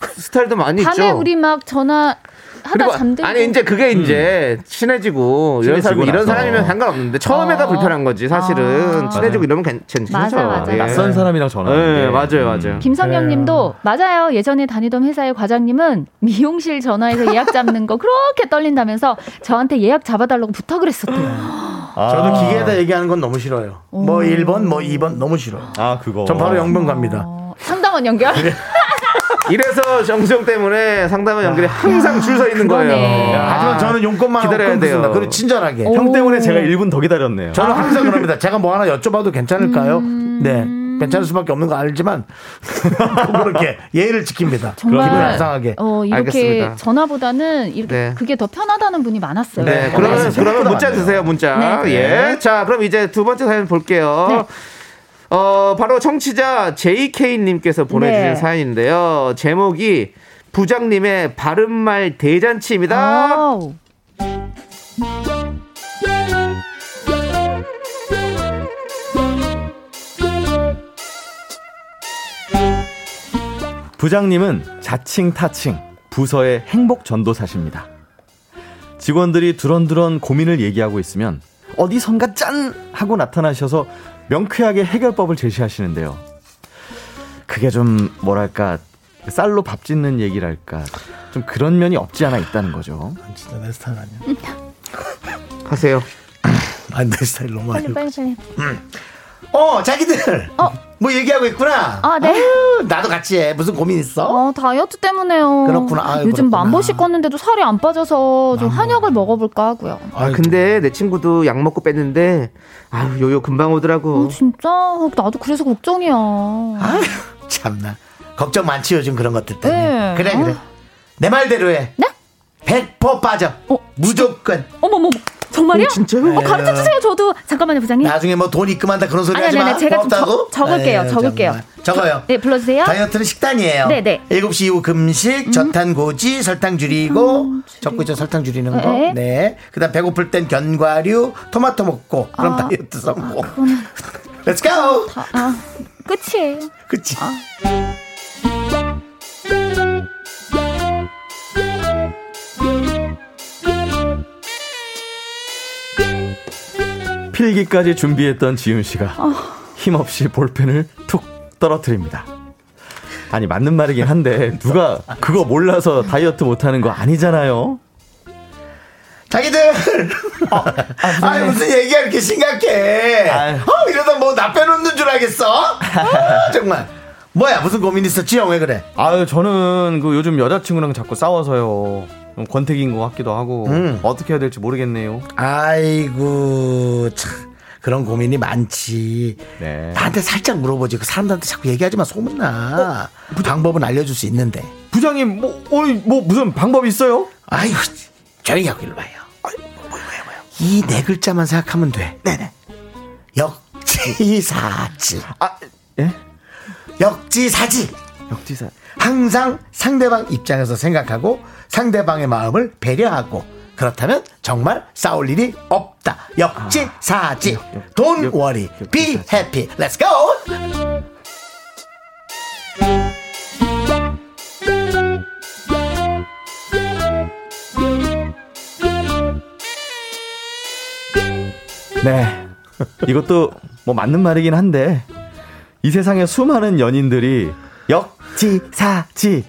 Speaker 3: 스타일도 많이
Speaker 8: 아. 밤에
Speaker 3: 있죠.
Speaker 8: 우리 막 전화 하다 잠들고
Speaker 3: 아니 이제 그게 이제 친해지고 이런 사람
Speaker 7: 친해지고 나서.
Speaker 3: 이런 사람이면 상관없는데 처음에가
Speaker 8: 어.
Speaker 3: 불편한 거지 사실은
Speaker 8: 아.
Speaker 3: 친해지고 이러면 괜찮죠.
Speaker 8: 맞아, 맞아.
Speaker 7: 낯선 사람이랑 전화하는
Speaker 3: 네,
Speaker 7: 게. 음.
Speaker 3: 맞아요,
Speaker 8: 음.
Speaker 3: 맞아요.
Speaker 8: 김성경님도 맞아요. 예전에 다니던 회사의 과장님은 미용실 전화해서 예약 잡는 거 그렇게 떨린다면서 저한테 예약 잡아달라고 부탁을 했었대요.
Speaker 7: 아.
Speaker 2: 저도 기계에다 얘기하는 건 너무 싫어요. 뭐 1번, 뭐 2번 너무 싫어요.
Speaker 7: 아 그거.
Speaker 2: 전 바로 영변 갑니다.
Speaker 8: 어, 상담원 연결.
Speaker 3: 네. 이래서 정수영 때문에 상담원 연결이 항상 줄 서 있는
Speaker 8: 아. 그러네.
Speaker 2: 아.
Speaker 3: 거예요. 아.
Speaker 8: 야,
Speaker 2: 하지만 저는 용건만 하고
Speaker 3: 기다려야 돼요.
Speaker 2: 끊습니다. 그리고 친절하게.
Speaker 7: 형 때문에 제가 1분 더 기다렸네요.
Speaker 2: 저는 항상 그럽니다. 제가 뭐 하나 여쭤봐도 괜찮을까요?
Speaker 8: 음.
Speaker 2: 네. 괜찮을 수밖에 없는 거 알지만 그렇게 예의를 지킵니다.
Speaker 8: 정말
Speaker 2: 기분 안 상하게.
Speaker 8: 어, 이렇게
Speaker 3: 알겠습니다.
Speaker 8: 전화보다는 이렇게
Speaker 3: 네.
Speaker 8: 그게 더 편하다는 분이 많았어요.
Speaker 3: 네,
Speaker 2: 어,
Speaker 3: 그러면,
Speaker 2: 맞아.
Speaker 3: 그러면 문자
Speaker 2: 많네요.
Speaker 3: 주세요, 문자.
Speaker 8: 네.
Speaker 3: 예. 자, 그럼 이제 두 번째 사연 볼게요. 어, 바로 청취자 JK님께서 보내주신
Speaker 8: 네.
Speaker 3: 사연인데요. 제목이 부장님의 바른말 대잔치입니다.
Speaker 8: 아우.
Speaker 7: 부장님은 자칭 타칭 부서의 행복 전도사십니다. 직원들이 두런두런 고민을 얘기하고 있으면 어디선가 짠 하고 나타나셔서 명쾌하게 해결법을 제시하시는데요. 그게 좀 뭐랄까 쌀로 밥 짓는 얘기랄까 좀 그런 면이 없지 않아 있다는 거죠.
Speaker 2: 진짜 내 스타일 아니야.
Speaker 3: 하세요.
Speaker 2: 아니 내 스타일 너무
Speaker 8: 빨리
Speaker 2: 아니고.
Speaker 8: 빨리 빨리.
Speaker 2: 어 자기들.
Speaker 8: 어.
Speaker 2: 뭐 얘기하고 있구나.
Speaker 8: 아, 네.
Speaker 2: 아유, 나도 같이 해. 무슨 고민 있어?
Speaker 8: 아, 다이어트 때문에요.
Speaker 2: 그렇구나. 아유,
Speaker 8: 요즘
Speaker 2: 그렇구나.
Speaker 8: 만보씩 껐는데도 살이 안 빠져서 좀 한약을 먹어볼까 하고요.
Speaker 2: 아
Speaker 3: 근데 내 친구도 약 먹고 뺐는데, 아유, 요요 금방
Speaker 8: 어,
Speaker 3: 오더라고.
Speaker 8: 진짜? 어, 나도 그래서 걱정이야.
Speaker 2: 아유, 참나. 걱정 많지 요즘 그런 것들 때문에.
Speaker 8: 네.
Speaker 2: 그래 그래.
Speaker 8: 아.
Speaker 2: 내 말대로 해.
Speaker 8: 네?
Speaker 2: 100% 빠져.
Speaker 8: 어,
Speaker 2: 무조건.
Speaker 8: 어머머, 정말요?
Speaker 3: 진짜요?
Speaker 8: 어, 가르쳐 주세요. 저도 잠깐만요, 부장님.
Speaker 2: 나중에 뭐 돈 입금한다 그런 소리
Speaker 8: 아니,
Speaker 2: 하지
Speaker 8: 아니,
Speaker 2: 마.
Speaker 8: 아니, 제가 좀
Speaker 2: 고맙다고?
Speaker 8: 적- 적을게요,
Speaker 2: 아유, 예,
Speaker 8: 적을게요.
Speaker 2: 정말. 적어요.
Speaker 8: 네, 불러주세요.
Speaker 2: 다이어트는 식단이에요.
Speaker 8: 네, 음. 네.
Speaker 2: 7시 이후 금식, 저탄고지, 설탕 줄이고, 적고 있죠, 설탕 줄이는 거.
Speaker 8: 네.
Speaker 2: 네. 그다음 배고플 땐 견과류, 토마토 먹고, 그럼 다이어트 성공. 렛츠 고!
Speaker 8: 아, 아, 끝이에요.
Speaker 2: 그치.
Speaker 7: 필기까지 준비했던 지윤 씨가 힘없이 볼펜을 툭 떨어뜨립니다. 아니 맞는 말이긴 한데 누가 그거 몰라서 다이어트 못하는 거 아니잖아요.
Speaker 2: 자기들! 아, 유 무슨 얘기가 이렇게 심각해.
Speaker 7: 아유.
Speaker 2: 어, 이러다 뭐 나 빼놓는 줄 알겠어? 아, 정말. 뭐야, 무슨 고민 있었지, 형? 왜 그래?
Speaker 7: 아유 저는 그 요즘 여자친구랑 자꾸 싸워서요. 좀 권태기인 것 같기도 하고 어떻게 해야 될지 모르겠네요.
Speaker 2: 아이고 참 그런 고민이 많지.
Speaker 7: 네.
Speaker 2: 나한테 살짝 물어보지. 그 사람들한테 자꾸 얘기하지 마 소문나.
Speaker 8: 어, 뭐-
Speaker 2: 방법은 알려줄 수 있는데.
Speaker 7: 부장님 뭐, 어이, 뭐 무슨 방법 있어요?
Speaker 2: 아이고 조용히 하고 일로 와요. 이 네 글자만 생각하면 돼. 네네. 역지사지.
Speaker 7: 아 예?
Speaker 2: 역지사지.
Speaker 7: 역지사.
Speaker 2: 항상 상대방 입장에서 생각하고 상대방의 마음을 배려하고 그렇다면 정말 싸울 일이 없다. 아, 역지사지. Don't worry. Be happy. Let's go. 아,
Speaker 7: 네. 이것도 뭐 맞는 말이긴 한데 이 세상의 수많은 연인들이 역지사지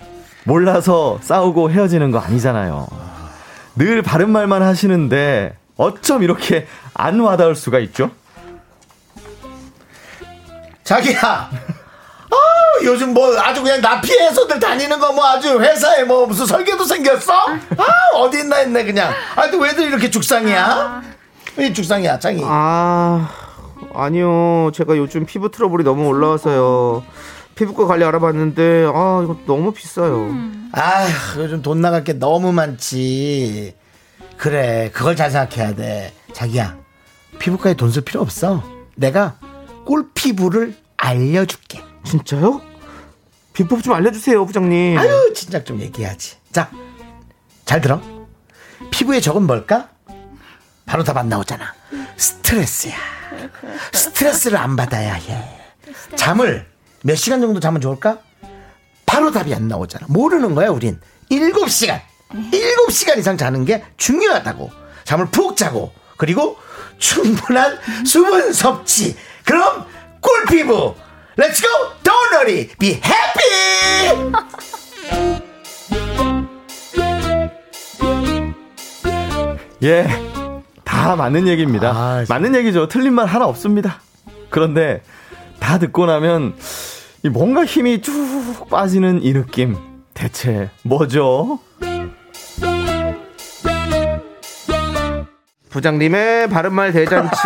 Speaker 7: 몰라서 싸우고 헤어지는 거 아니잖아요. 늘 바른 말만 하시는데 어쩜 이렇게 안 와닿을 수가 있죠?
Speaker 2: 자기야. 아우, 요즘 뭐 아주 그냥 나 피해서들 다니는 거 뭐 아주 회사에 뭐 무슨 설계도 생겼어? 아 어디 있나 했네 그냥. 아또 왜들 이렇게 죽상이야? 왜 죽상이야 장이?
Speaker 3: 아, 아니요. 제가 요즘 피부 트러블이 너무 올라와서요. 피부과 관리 알아봤는데, 아, 이거 너무 비싸요.
Speaker 8: 음.
Speaker 2: 아 요즘 돈 나갈 게 너무 많지. 그래 그걸 잘 생각해야 돼. 자기야 피부과에 돈 쓸 필요 없어. 내가 꿀 피부를 알려줄게.
Speaker 3: 진짜요? 비법 좀 알려주세요, 부장님.
Speaker 2: 아유 진작 좀 얘기하지. 자, 잘 들어. 피부에 적은 뭘까? 바로 답 안 나오잖아. 스트레스야. 스트레스를 안 받아야 해. 잠을 몇 시간 정도 자면 좋을까? 바로 답이 안 나오잖아. 모르는 거야, 우린. 일곱 시간. 일곱 시간 이상 자는 게 중요하다고. 잠을 푹 자고. 그리고 충분한 수분 섭취. 그럼 꿀피부. 렛츠고 Don't worry. Be happy.
Speaker 7: 예. 다 맞는 얘기입니다.
Speaker 2: 아, 진짜.
Speaker 7: 맞는 얘기죠. 틀린 말 하나 없습니다. 그런데 다 듣고 나면 이 뭔가 힘이 쭉 빠지는 이 느낌 대체 뭐죠?
Speaker 3: 부장님의 바른말 대잔치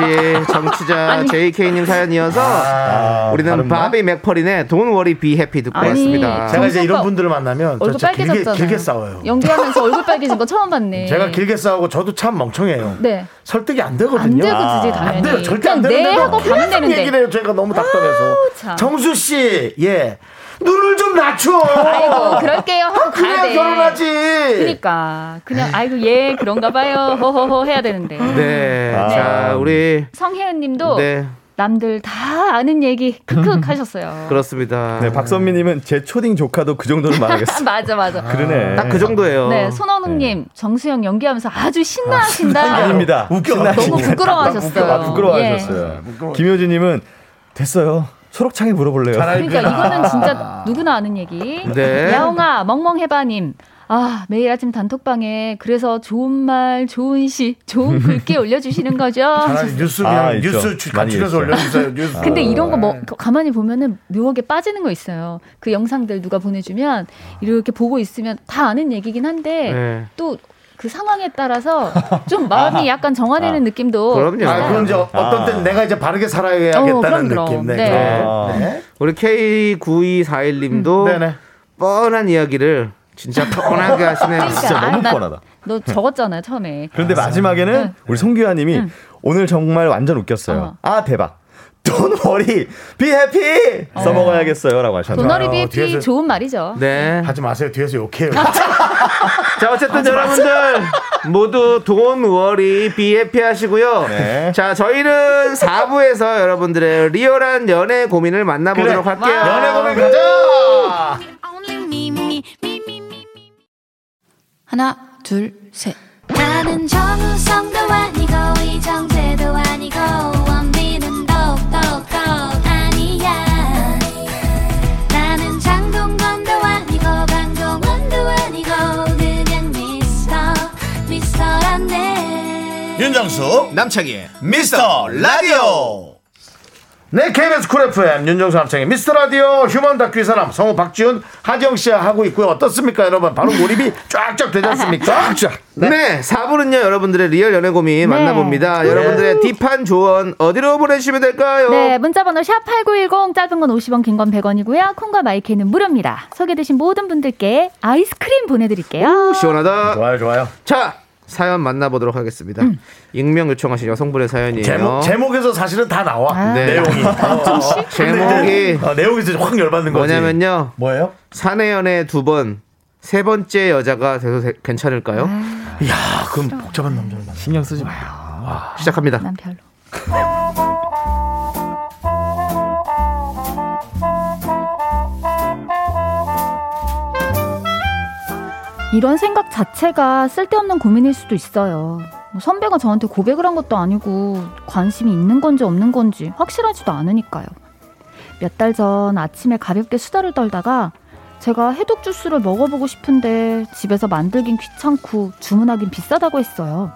Speaker 3: 정치자
Speaker 8: 아니.
Speaker 3: JK님 사연이어서 우리는
Speaker 9: 바른말?
Speaker 3: 바비 맥퍼린의 Don't Worry Be Happy 듣고
Speaker 8: 아니,
Speaker 3: 왔습니다.
Speaker 9: 제가 이제 이런
Speaker 8: 정성껏
Speaker 9: 분들을 만나면 저
Speaker 8: 얼굴
Speaker 9: 진짜 길게,
Speaker 8: 빨개졌잖아요.
Speaker 9: 길게 싸워요.
Speaker 8: 연기하면서 얼굴 빨개진 거 처음 봤네.
Speaker 9: 제가 길게 싸우고 저도 참 멍청해요.
Speaker 8: 네.
Speaker 9: 설득이 안 되거든요.
Speaker 8: 안 되고 지지
Speaker 9: 안
Speaker 8: 당연히.
Speaker 9: 돼요. 절대
Speaker 8: 그냥
Speaker 9: 안 되는데.
Speaker 8: 네 하고 가면 되는데.
Speaker 9: 얘기를 해요. 저희가 너무 답답해서.
Speaker 8: 참.
Speaker 9: 정수 씨, 예. 눈을 좀 낮춰.
Speaker 8: 아이고 어, 그럴게요 하고 가야
Speaker 9: 그래야
Speaker 8: 돼.
Speaker 9: 결혼하지.
Speaker 8: 그러니까 그냥 아이고 예 그런가 봐요 허허허 해야 되는데.
Speaker 3: 네, 자 우리
Speaker 8: 성혜은님도
Speaker 3: 네
Speaker 8: 남들 다 아는 얘기 크크 하셨어요.
Speaker 3: 그렇습니다.
Speaker 7: 네, 박선미님은 제 초딩 조카도 그 정도는
Speaker 8: 아,
Speaker 7: 말하겠어.
Speaker 8: 맞아 맞아.
Speaker 7: 그러네.
Speaker 3: 딱 그 정도예요.
Speaker 8: 네 손원웅님 정수영 연기하면서 아주 신나하신다.
Speaker 7: 아닙니다.
Speaker 9: 웃겨.
Speaker 8: 너무
Speaker 7: 신나시네요.
Speaker 8: 부끄러워하셨어요.
Speaker 7: 아, 부끄러워하셨어요. 김효진님은 됐어요. 초록창에 물어볼래요.
Speaker 8: 예. 그러니까 이거는 진짜 누구나 아는 얘기.
Speaker 3: 네.
Speaker 8: 야옹아 멍멍해바님. 아 매일 아침 단톡방에 그래서 좋은 말 좋은 시 좋은 글귀 올려주시는 거죠.
Speaker 9: 차라리 뉴스 그냥
Speaker 7: 아, 있죠.
Speaker 9: 뉴스 주-
Speaker 7: 많이
Speaker 9: 가출해서
Speaker 7: 있어요.
Speaker 9: 올려주세요. 뉴스.
Speaker 8: 근데
Speaker 2: 아.
Speaker 8: 이런 거 뭐 가만히 보면은 묘하게 빠지는 거 있어요. 그 영상들 누가 보내주면 이렇게 보고 있으면 다 아는 얘기긴 한데
Speaker 3: 네.
Speaker 8: 또 그 상황에 따라서 좀 마음이 약간 정화되는 느낌도
Speaker 3: 그럼요.
Speaker 9: 아, 그럼 이제 어떤 때는 내가 이제 바르게 살아야겠다는
Speaker 8: 어, 그럼, 그럼.
Speaker 9: 느낌. 네.
Speaker 8: 네.
Speaker 7: 아.
Speaker 9: 그럼. 네.
Speaker 3: 우리 K9241님도
Speaker 9: 네네.
Speaker 3: 뻔한 이야기를 진짜 뻔하게 하시네요.
Speaker 8: 그러니까,
Speaker 7: 진짜 너무
Speaker 8: 아이, 나-
Speaker 7: 뻔하다.
Speaker 8: 너 적었잖아요 처음에.
Speaker 7: 그런데 마지막에는 우리 송규환님이 오늘 정말 완전 웃겼어요.
Speaker 8: 네. 어.
Speaker 7: 아 대박. Don't worry, be happy.
Speaker 8: 어.
Speaker 7: 써먹어야겠어요라고 하셨네요.
Speaker 8: 도너리
Speaker 9: 좋아요.
Speaker 8: 비피
Speaker 9: 뒤에서-
Speaker 8: 좋은 말이죠.
Speaker 3: 네.
Speaker 2: 아,
Speaker 9: 하지 마세요. 뒤에서 욕해요.
Speaker 3: 자, 어쨌든 여러분들 아, 모두 돈 월이 비해피 하시고요.
Speaker 7: 네.
Speaker 3: 자, 저희는 4부에서 여러분들의 리얼한 연애 고민을 만나보도록 할게요. 연애 고민 가자!
Speaker 4: Only me, me, me, me, me.
Speaker 10: 하나, 둘, 셋.
Speaker 4: 나는 정우성도 아니고 이정재도 아니고 원빈은 더욱더 아니야 나는 장동건도 아니고 강동원도 아니고 그냥 미스터 미스터란데
Speaker 5: 윤정수 남창희 미스터 라디오
Speaker 9: 네, KBS 쿨 FM 윤정수 남창의 미스터 라디오 휴먼 다큐 이 사람 성우 박지훈 하지영 씨와 하고 있고요. 어떻습니까, 여러분? 바로 몰입이 쫙쫙 되지 않습니까? 쫙쫙.
Speaker 3: 네. 4부는요, 여러분들의 리얼 연애 고민
Speaker 8: 네.
Speaker 3: 만나봅니다. 여러분들의 딥한 조언 어디로 보내주시면 될까요?
Speaker 8: 네, 문자번호 샵8910 짧은 건 50원, 긴 건 100원이고요. 콩과 마이크는 무료입니다. 소개되신 모든 분들께 아이스크림 보내드릴게요.
Speaker 3: 시원하다.
Speaker 9: 좋아요, 좋아요.
Speaker 3: 자, 사연 만나보도록 하겠습니다. 익명 요청하신 여성분의 사연이에요.
Speaker 9: 제목 제목에서 사실은 다 나와
Speaker 8: 아.
Speaker 3: 네.
Speaker 9: 내용이. 어, 어.
Speaker 3: 제목이
Speaker 9: 어, 내용에서 확 열받는 거지.
Speaker 3: 뭐냐면요.
Speaker 9: 뭐예요?
Speaker 3: 사내 연애 두 번, 세 번째 여자가 돼도 되- 괜찮을까요?
Speaker 9: 아, 그럼 복잡한 남자를 만나.
Speaker 7: 신경 쓰지 마요.
Speaker 8: 아.
Speaker 3: 시작합니다.
Speaker 8: 난 별로. 이런 생각 자체가 쓸데없는 고민일 수도 있어요. 뭐 선배가 저한테 고백을 한 것도 아니고 관심이 있는 건지 없는 건지 확실하지도 않으니까요. 몇 달 전 아침에 가볍게 수다를 떨다가 제가 해독 주스를 먹어보고 싶은데 집에서 만들긴 귀찮고 주문하긴 비싸다고 했어요.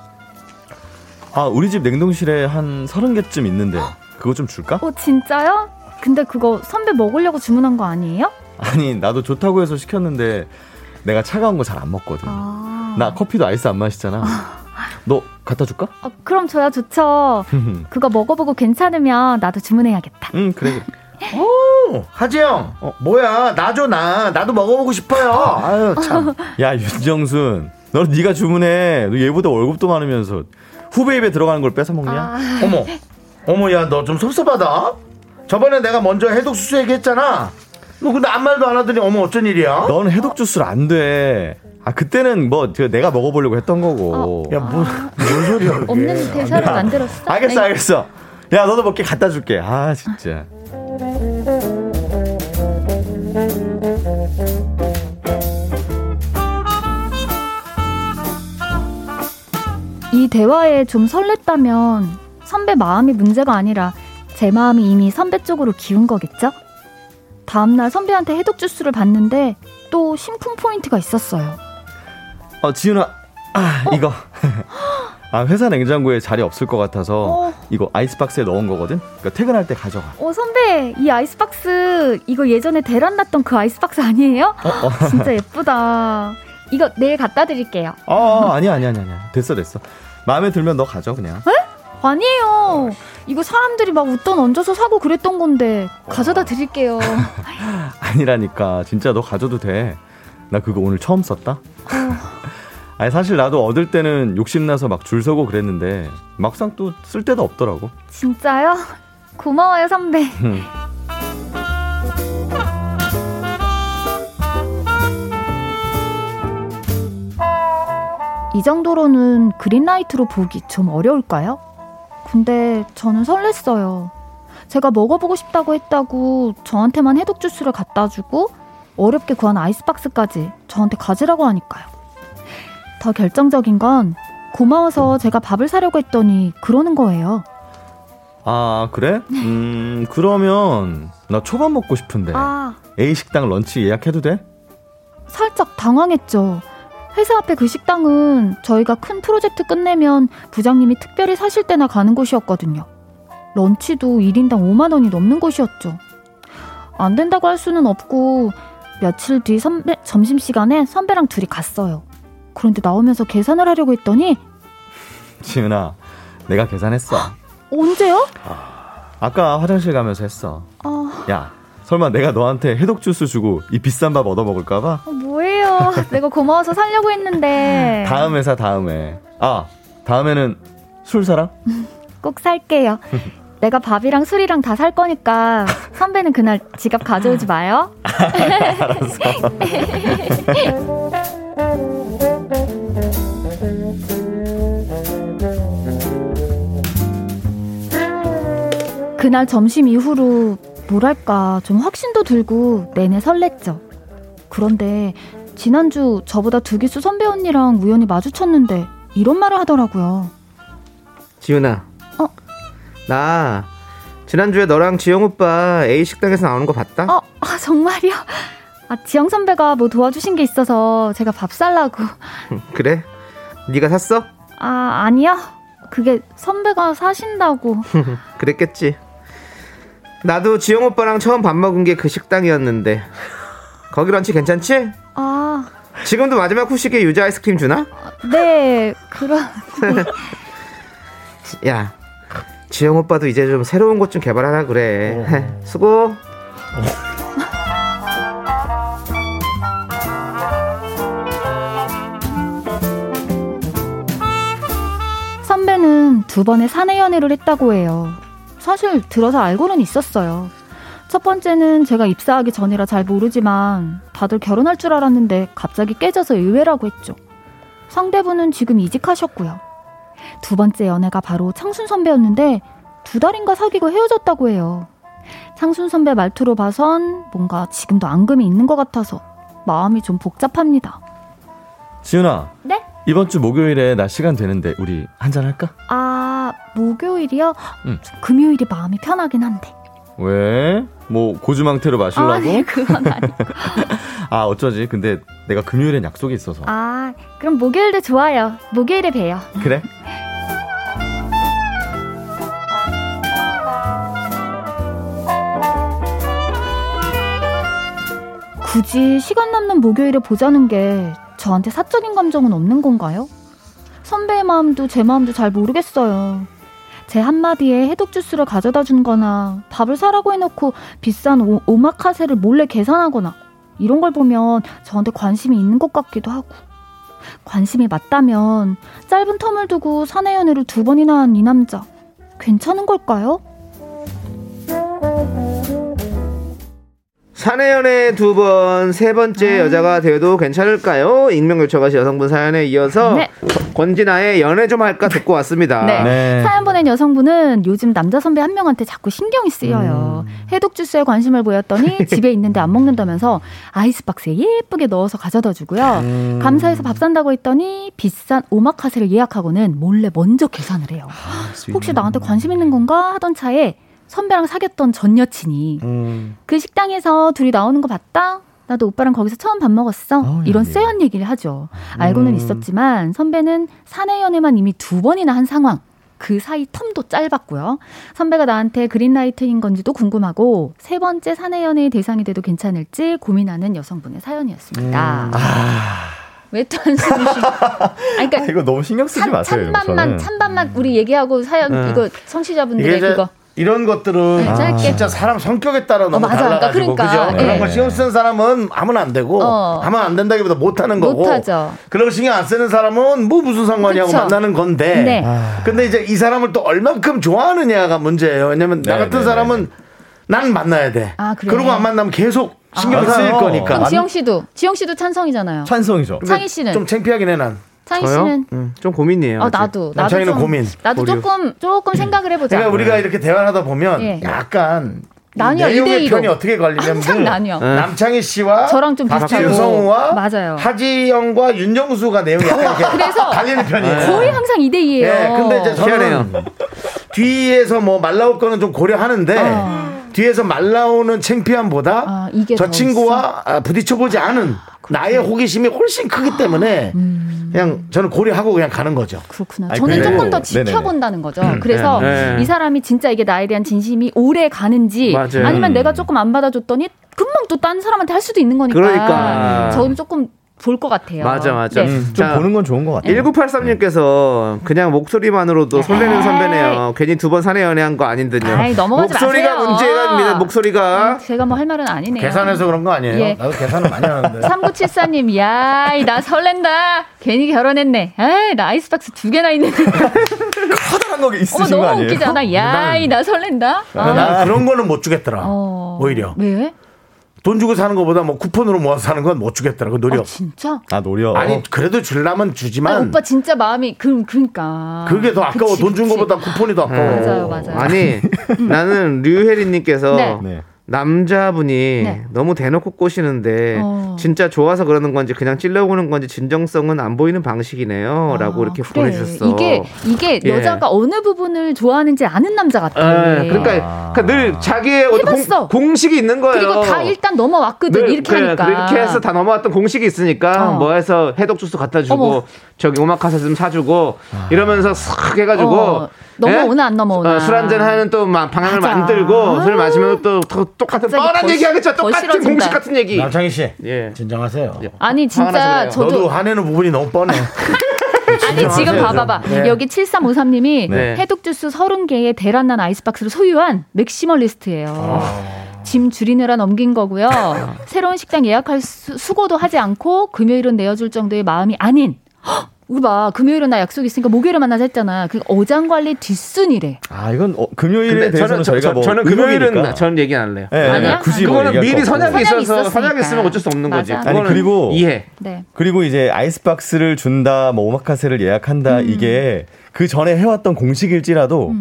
Speaker 7: 아 우리 집 냉동실에 한 서른 개쯤 있는데 그거 좀 줄까?
Speaker 8: 어, 진짜요? 근데 그거 선배 먹으려고 주문한 거 아니에요?
Speaker 7: 아니 나도 좋다고 해서 시켰는데 내가 차가운 거 잘 안 먹거든.
Speaker 8: 아.
Speaker 7: 나 커피도 아이스 안 마시잖아. 너 갖다 줄까?
Speaker 8: 어, 그럼 저야 좋죠. 그거 먹어보고 괜찮으면 나도 주문해야겠다.
Speaker 7: 응 그래. 그래.
Speaker 9: 오, 하지영, 어, 뭐야? 나줘 나. 나도 먹어보고 싶어요. 아유 참.
Speaker 7: 야 윤정순, 너 네가 주문해. 너 얘보다 월급도 많으면서 후배 입에 들어가는 걸 뺏어 먹냐?
Speaker 9: 어머, 어머, 야, 너 좀 섭섭하다. 저번에 내가 먼저 해독수수 얘기했잖아. 너 근데 아무 말도 안 하더니 어머 어쩐 일이야?
Speaker 7: 넌 해독 주스를 안 돼. 아 그때는 뭐그 내가 먹어보려고 했던 거고.
Speaker 9: 야, 뭐, 뭔 소리야? 그게.
Speaker 8: 없는 대사를 만들었어.
Speaker 7: 알겠어 알겠어. 야 너도 먹게 갖다 줄게. 아 진짜.
Speaker 8: 이 대화에 좀 설렜다면 선배 마음이 문제가 아니라 제 마음이 이미 선배 쪽으로 기운 거겠죠? 다음날 선배한테 해독 주스를 봤는데 또 심쿵 포인트가 있었어요.
Speaker 7: 어 지윤아, 아 이거. 아 회사 냉장고에 자리 없을 것 같아서
Speaker 8: 어.
Speaker 7: 이거 아이스박스에 넣은 거거든. 그러니까 퇴근할 때 가져가.
Speaker 8: 어 선배 이 아이스박스 이거 예전에 대란 났던 그 아이스박스 아니에요? 진짜 예쁘다. 이거 내일 갖다 드릴게요.
Speaker 7: 어. 아, 아 아니야 아니야 아니야, 아니야. 됐어 됐어. 마음에 들면 너 가져 그냥.
Speaker 8: 에? 아니에요. 이거 사람들이 막 웃돈 얹어서 사고 그랬던 건데 가져다 드릴게요.
Speaker 7: 아니라니까 진짜 너 가져도 돼. 나 그거 오늘 처음 썼다.
Speaker 8: 어,
Speaker 7: 아니 사실 나도 얻을 때는 욕심나서 막 줄 서고 그랬는데 막상 또 쓸 데도 없더라고.
Speaker 8: 진짜요? 고마워요 선배. 이 정도로는 그린라이트로 보기 좀 어려울까요? 근데 저는 설렜어요. 제가 먹어보고 싶다고 했다고 저한테만 해독 주스를 갖다 주고 어렵게 구한 아이스박스까지 저한테 가지라고 하니까요. 더 결정적인 건 고마워서 제가 밥을 사려고 했더니 그러는 거예요.
Speaker 7: 아 그래? 음 그러면 나 초밥 먹고 싶은데
Speaker 8: 아.
Speaker 7: A 식당 런치 예약해도 돼?
Speaker 8: 살짝 당황했죠. 회사 앞에 그 식당은 저희가 큰 프로젝트 끝내면 부장님이 특별히 사실 때나 가는 곳이었거든요. 런치도 1인당 5만 원이 넘는 곳이었죠. 안 된다고 할 수는 없고 며칠 뒤 선배, 점심시간에 선배랑 둘이 갔어요. 그런데 나오면서 계산을 하려고 했더니
Speaker 7: 지은아 내가 계산했어.
Speaker 8: 언제요?
Speaker 7: 아까 화장실 가면서 했어.
Speaker 8: 어,
Speaker 7: 야 설마 내가 너한테 해독 주스 주고 이 비싼 밥 얻어 먹을까봐?
Speaker 8: 어, 뭐예요? 내가 고마워서 살려고 했는데
Speaker 7: 다음 회사 다음에 아 다음에는 술 사랑?
Speaker 8: 꼭 살게요. 내가 밥이랑 술이랑 다 살 거니까 선배는 그날 지갑 가져오지 마요.
Speaker 7: 알았어.
Speaker 8: 그날 점심 이후로 뭐랄까 좀 확신도 들고 내내 설렜죠. 그런데 지난주 저보다 두 기수 선배 언니랑 우연히 마주쳤는데 이런 말을 하더라고요.
Speaker 3: 지윤아.
Speaker 8: 어?
Speaker 3: 나 지난주에 너랑 지영 오빠 A 식당에서 나오는 거 봤다?
Speaker 8: 어, 아 정말요? 아 지영 선배가 뭐 도와주신 게 있어서 제가 밥 살라고. 어.
Speaker 3: 그래? 네가 샀어?
Speaker 8: 아 아니요. 그게 선배가 사신다고.
Speaker 3: 그랬겠지. 나도 지영 오빠랑 처음 밥 먹은 게 그 식당이었는데. 거기 런치 괜찮지?
Speaker 8: 아
Speaker 3: 지금도 마지막 후식에 유자 아이스크림 주나?
Speaker 8: 네, 그럼.
Speaker 3: 야, 지영 오빠도 이제 좀 새로운 것 좀 개발하라 그래. 수고.
Speaker 8: 선배는 두 번의 사내 연애를 했다고 해요. 사실 들어서 알고는 있었어요. 첫 번째는 제가 입사하기 전이라 잘 모르지만 다들 결혼할 줄 알았는데 갑자기 깨져서 의외라고 했죠. 상대분은 지금 이직하셨고요. 두 번째 연애가 바로 창순 선배였는데 두 달인가 사귀고 헤어졌다고 해요. 창순 선배 말투로 봐선 뭔가 지금도 앙금이 있는 것 같아서 마음이 좀 복잡합니다.
Speaker 7: 지은아
Speaker 8: 네?
Speaker 7: 이번 주 목요일에 나 시간 되는데 우리 한잔 할까?
Speaker 8: 아, 목요일이요?
Speaker 7: 응.
Speaker 8: 좀 금요일이 마음이 편하긴 한데.
Speaker 7: 왜? 뭐 고주망태로 마시려고?
Speaker 8: 아, 네, 그건 아니.
Speaker 7: 아 어쩌지? 근데 내가 금요일엔 약속이 있어서.
Speaker 8: 아, 그럼 목요일도 좋아요. 목요일에 봬요.
Speaker 7: 그래?
Speaker 8: 굳이 시간 남는 목요일에 보자는 게 저한테 사적인 감정은 없는 건가요? 선배의 마음도 제 마음도 잘 모르겠어요. 제 한마디에 해독 주스를 가져다 준 거나 밥을 사라고 해놓고 비싼 오, 오마카세를 몰래 계산하거나 이런 걸 보면 저한테 관심이 있는 것 같기도 하고 관심이 맞다면 짧은 텀을 두고 사내 연애를 두 번이나 한 이 남자 괜찮은 걸까요?
Speaker 3: 사내 연애 두 번, 세 번째
Speaker 8: 음.
Speaker 3: 여자가 돼도 괜찮을까요? 익명 요청하신 여성분 사연에 이어서
Speaker 8: 네.
Speaker 3: 권진아의 연애 좀 할까 듣고 왔습니다.
Speaker 8: 네. 사연 보낸 여성분은 요즘 남자 선배 한 명한테 자꾸 신경이 쓰여요. 해독 주스에 관심을 보였더니 집에 있는데 안 먹는다면서 아이스박스에 예쁘게 넣어서 가져다 주고요. 감사해서 밥 산다고 했더니 비싼 오마카세를 예약하고는 몰래 먼저 계산을 해요.
Speaker 7: 아,
Speaker 8: 혹시 나한테 관심 있는 건가 하던 차에 선배랑 사귀었던 전 여친이 그 식당에서 둘이 나오는 거 봤다? 나도 오빠랑 거기서 처음 밥 먹었어. 예. 음. 이런 쎄한 얘기를 하죠. 알고는 있었지만 선배는 사내 연애만 이미 두 번이나 한 상황. 그 사이 텀도 짧았고요. 선배가 나한테 그린라이트인 건지도 궁금하고 세 번째 음. 사내 연애의 대상이 돼도 괜찮을지 고민하는 여성분의 사연이었습니다.
Speaker 7: 아
Speaker 8: 왜 또 한숨 쉬? 아니, 그러니까
Speaker 7: 이거 너무 신경 쓰지 마세요. 이런 거
Speaker 8: 찬반만
Speaker 7: 저는.
Speaker 8: 찬반만 우리 얘기하고 사연
Speaker 7: 네.
Speaker 8: 이거 청취자분들의 그거
Speaker 2: 이런 것들은
Speaker 8: 네, 짧게.
Speaker 2: 진짜 사람 성격에 따라 너무
Speaker 8: 맞아. 그러니까,
Speaker 2: 달라가지고 그
Speaker 8: 그러니까.
Speaker 2: 죠
Speaker 8: 예.
Speaker 2: 그런 걸 신경 쓰는 사람은 하면 안 되고
Speaker 8: 어.
Speaker 2: 하면 안 된다기보다 못 하는 거고
Speaker 8: 못하죠.
Speaker 2: 그런 걸 신경 안 쓰는 사람은 뭐 무슨 상관이야 하고
Speaker 8: 그쵸.
Speaker 2: 만나는 건데 아.
Speaker 8: 네.
Speaker 2: 근데 이제 이 사람을 또 얼만큼 좋아하느냐가 문제예요. 왜냐면 나
Speaker 7: 네,
Speaker 2: 같은
Speaker 7: 네,
Speaker 2: 사람은 난 만나야 돼.
Speaker 8: 아, 그래요? 어.
Speaker 2: 그러고 안 만나면 계속 신경
Speaker 7: 아,
Speaker 2: 쓰일
Speaker 7: 맞아요.
Speaker 2: 거니까.
Speaker 8: 그럼 지영 씨도 지영 씨도 찬성이잖아요.
Speaker 7: 찬성이죠.
Speaker 8: 창희 씨는
Speaker 2: 좀 창피하긴 해 난.
Speaker 8: 창희 씨는
Speaker 3: 음, 좀 고민이에요.
Speaker 8: 어
Speaker 3: 아직.
Speaker 8: 나도 나도
Speaker 2: 남창이는
Speaker 8: 좀-
Speaker 2: 고민.
Speaker 8: 나도
Speaker 2: 고려.
Speaker 8: 조금 조금 생각을 해보자. 네.
Speaker 2: 그러니까 우리가 이렇게 대화를 하다 보면
Speaker 8: 예.
Speaker 2: 약간 이
Speaker 8: 나뉘어, 이대
Speaker 2: 내용의
Speaker 8: 이로.
Speaker 2: 편이 어떻게 걸리냐면
Speaker 8: 한참 나뉘어.
Speaker 2: 네. 남창희 씨와
Speaker 8: 저랑 좀 비슷하고.
Speaker 2: 박지성우와
Speaker 8: 맞아요.
Speaker 2: 하지영과 윤정수가 내용이 약간 이렇게
Speaker 8: 그래서
Speaker 2: 갈리는 편이에요.
Speaker 8: 네. 거의 항상 2대 2예요.
Speaker 2: 예, 근데 이제 저는 뒤에서 뭐 말 나올 거는 좀 고려하는데 뒤에서 말 나오는 창피함보다
Speaker 8: 어. 아, 이게
Speaker 2: 저
Speaker 8: 더
Speaker 2: 친구와 아, 부딪혀보지 않은 나의 호기심이 훨씬 크기 때문에
Speaker 8: 음.
Speaker 2: 그냥 저는 고려하고 그냥 가는 거죠.
Speaker 8: 그렇구나.
Speaker 2: 아니,
Speaker 8: 저는
Speaker 2: 그래요?
Speaker 8: 조금 더
Speaker 2: 네네네.
Speaker 8: 지켜본다는 거죠. 그래서
Speaker 2: 네, 네.
Speaker 8: 이 사람이 진짜 이게 나에 대한 진심이 오래 가는지
Speaker 3: 맞아요.
Speaker 8: 니면
Speaker 3: 음.
Speaker 8: 내가 조금 안 받아줬더니 금방 또 딴 사람한테 할 수도 있는 거니까.
Speaker 3: 그러니까.
Speaker 8: 저는 조금 볼 것 같아요.
Speaker 3: 맞아
Speaker 2: 음.
Speaker 3: 맞아.
Speaker 8: 네.
Speaker 7: 좀 보는 건 좋은 것 같아요.
Speaker 3: 1983님께서 그냥 목소리만으로도 설레는 선배네요. 괜히 두 번 사내 연애한 거 아닌데요.
Speaker 8: 네. 아이, 넘어가지
Speaker 3: 목소리가
Speaker 8: 마세요.
Speaker 3: 문제입니다.
Speaker 2: 아,
Speaker 3: 목소리가
Speaker 8: 제가 뭐 할 말은 아니네요.
Speaker 2: 그런 거 아니에요?
Speaker 8: 예.
Speaker 2: 나도 계산을 많이 하는데.
Speaker 8: 3974님, 야, 이나 설렌다. 괜히 결혼했네. 에이, 나 아이스박스 두 개나 있는데.
Speaker 7: 커다란 거
Speaker 8: 어머,
Speaker 7: 있으신
Speaker 8: 너무
Speaker 7: 거 아니에요?
Speaker 8: 웃기잖아. 야, 이나 설렌다. 아, 어.
Speaker 2: 난 그런 거는 못 주겠더라. 네. 오히려.
Speaker 8: 왜? 아,
Speaker 2: 돈 주고 사는 거보다 뭐 쿠폰으로 모아서 사는 건 못 주겠더라. 그 노력.
Speaker 8: 진짜?
Speaker 7: 아 노려.
Speaker 2: 아니 그래도 줄라면 주지만
Speaker 8: 아, 오빠 진짜 마음이, 그, 그니까.
Speaker 2: 그게 더 아까워. 돈 준 거보다 쿠폰이 더 아까워.
Speaker 8: 어. 맞아요, 맞아요. 음.
Speaker 3: 아니 나는 류혜리님께서
Speaker 8: 네.
Speaker 7: 네.
Speaker 3: 남자분이
Speaker 8: 네.
Speaker 3: 너무 대놓고 꼬시는데
Speaker 8: 어.
Speaker 3: 진짜 좋아서 그러는 건지 그냥 찔러보는 건지 진정성은 안 보이는 방식이네요라고 이렇게
Speaker 8: 아, 그래.
Speaker 3: 보내주셨어.
Speaker 8: 이게 이게
Speaker 3: 예.
Speaker 8: 여자가 어느 부분을 좋아하는지 아는 남자 같아. 네.
Speaker 3: 에, 그러니까, 그러니까 늘 자기의 어떤
Speaker 8: 해봤어.
Speaker 3: 공, 식이 있는 거예요.
Speaker 8: 그리고 다 일단 넘어왔거든
Speaker 3: 늘
Speaker 8: 이렇게
Speaker 3: 그래,
Speaker 8: 하니까.
Speaker 3: 그렇게 해서 다 넘어왔던 공식이 있으니까
Speaker 8: 어.
Speaker 3: 뭐 해서 해독 주스 갖다 주고
Speaker 8: 어머.
Speaker 3: 저기 오마카세 좀 사주고
Speaker 7: 아.
Speaker 3: 이러면서 싹 해가지고 예?
Speaker 8: 어, 넘어오나 안 넘어오나.
Speaker 3: 술 한잔 하는 또 막 방향을
Speaker 8: 맞아.
Speaker 3: 만들고 술 마시면 또, 더 똑같은
Speaker 8: 갑자기
Speaker 3: 뻔한
Speaker 8: 더
Speaker 3: 얘기 하겠죠
Speaker 8: 시- 더
Speaker 3: 똑같은
Speaker 8: 싫어진다.
Speaker 3: 공식 같은 얘기
Speaker 2: 남창희 씨
Speaker 3: 예.
Speaker 2: 진정하세요.
Speaker 8: 아니
Speaker 3: 화가
Speaker 8: 진짜
Speaker 3: 나서 그래요.
Speaker 2: 너도
Speaker 8: 저도
Speaker 2: 화내는 부분이 너무 뻔해.
Speaker 8: 아니 지금 봐봐봐
Speaker 2: 네.
Speaker 8: 여기 7353님이
Speaker 3: 네.
Speaker 8: 해독 주스 30개의 대란난 아이스박스를 소유한 맥시멀리스트예요. 짐 줄이느라 넘긴 거고요. 새로운 식당 예약할 수, 수고도 하지 않고 금요일은 내어줄 정도의 마음이 아닌. 헉, 우리 봐 금요일은 나 약속 있으니까 목요일에 만나자 했잖아. 그 어장 관리 뒷순이래.
Speaker 7: 아 이건 어, 금요일에 대해서는
Speaker 3: 저-
Speaker 7: 저희가
Speaker 3: 저-
Speaker 7: 뭐
Speaker 3: 저는
Speaker 7: 의혹이니까.
Speaker 3: 금요일은 저는 얘기 안 할래요.
Speaker 7: 예, 예,
Speaker 8: 아니야?
Speaker 7: 굳이 뭐
Speaker 3: 그거는
Speaker 7: 얘기할
Speaker 3: 미리
Speaker 7: 거 없고.
Speaker 3: 선약이
Speaker 8: 선약이
Speaker 3: 있어서 선약이
Speaker 8: 있었으니까.
Speaker 3: 있으면 어쩔 수 없는 거지.
Speaker 8: 맞아.
Speaker 7: 아니,
Speaker 3: 그거는
Speaker 7: 그리고
Speaker 3: 이해.
Speaker 8: 네.
Speaker 7: 그리고 이제 아이스박스를 준다, 뭐 오마카세를 예약한다
Speaker 8: 음.
Speaker 7: 이게 그 전에 해왔던 공식일지라도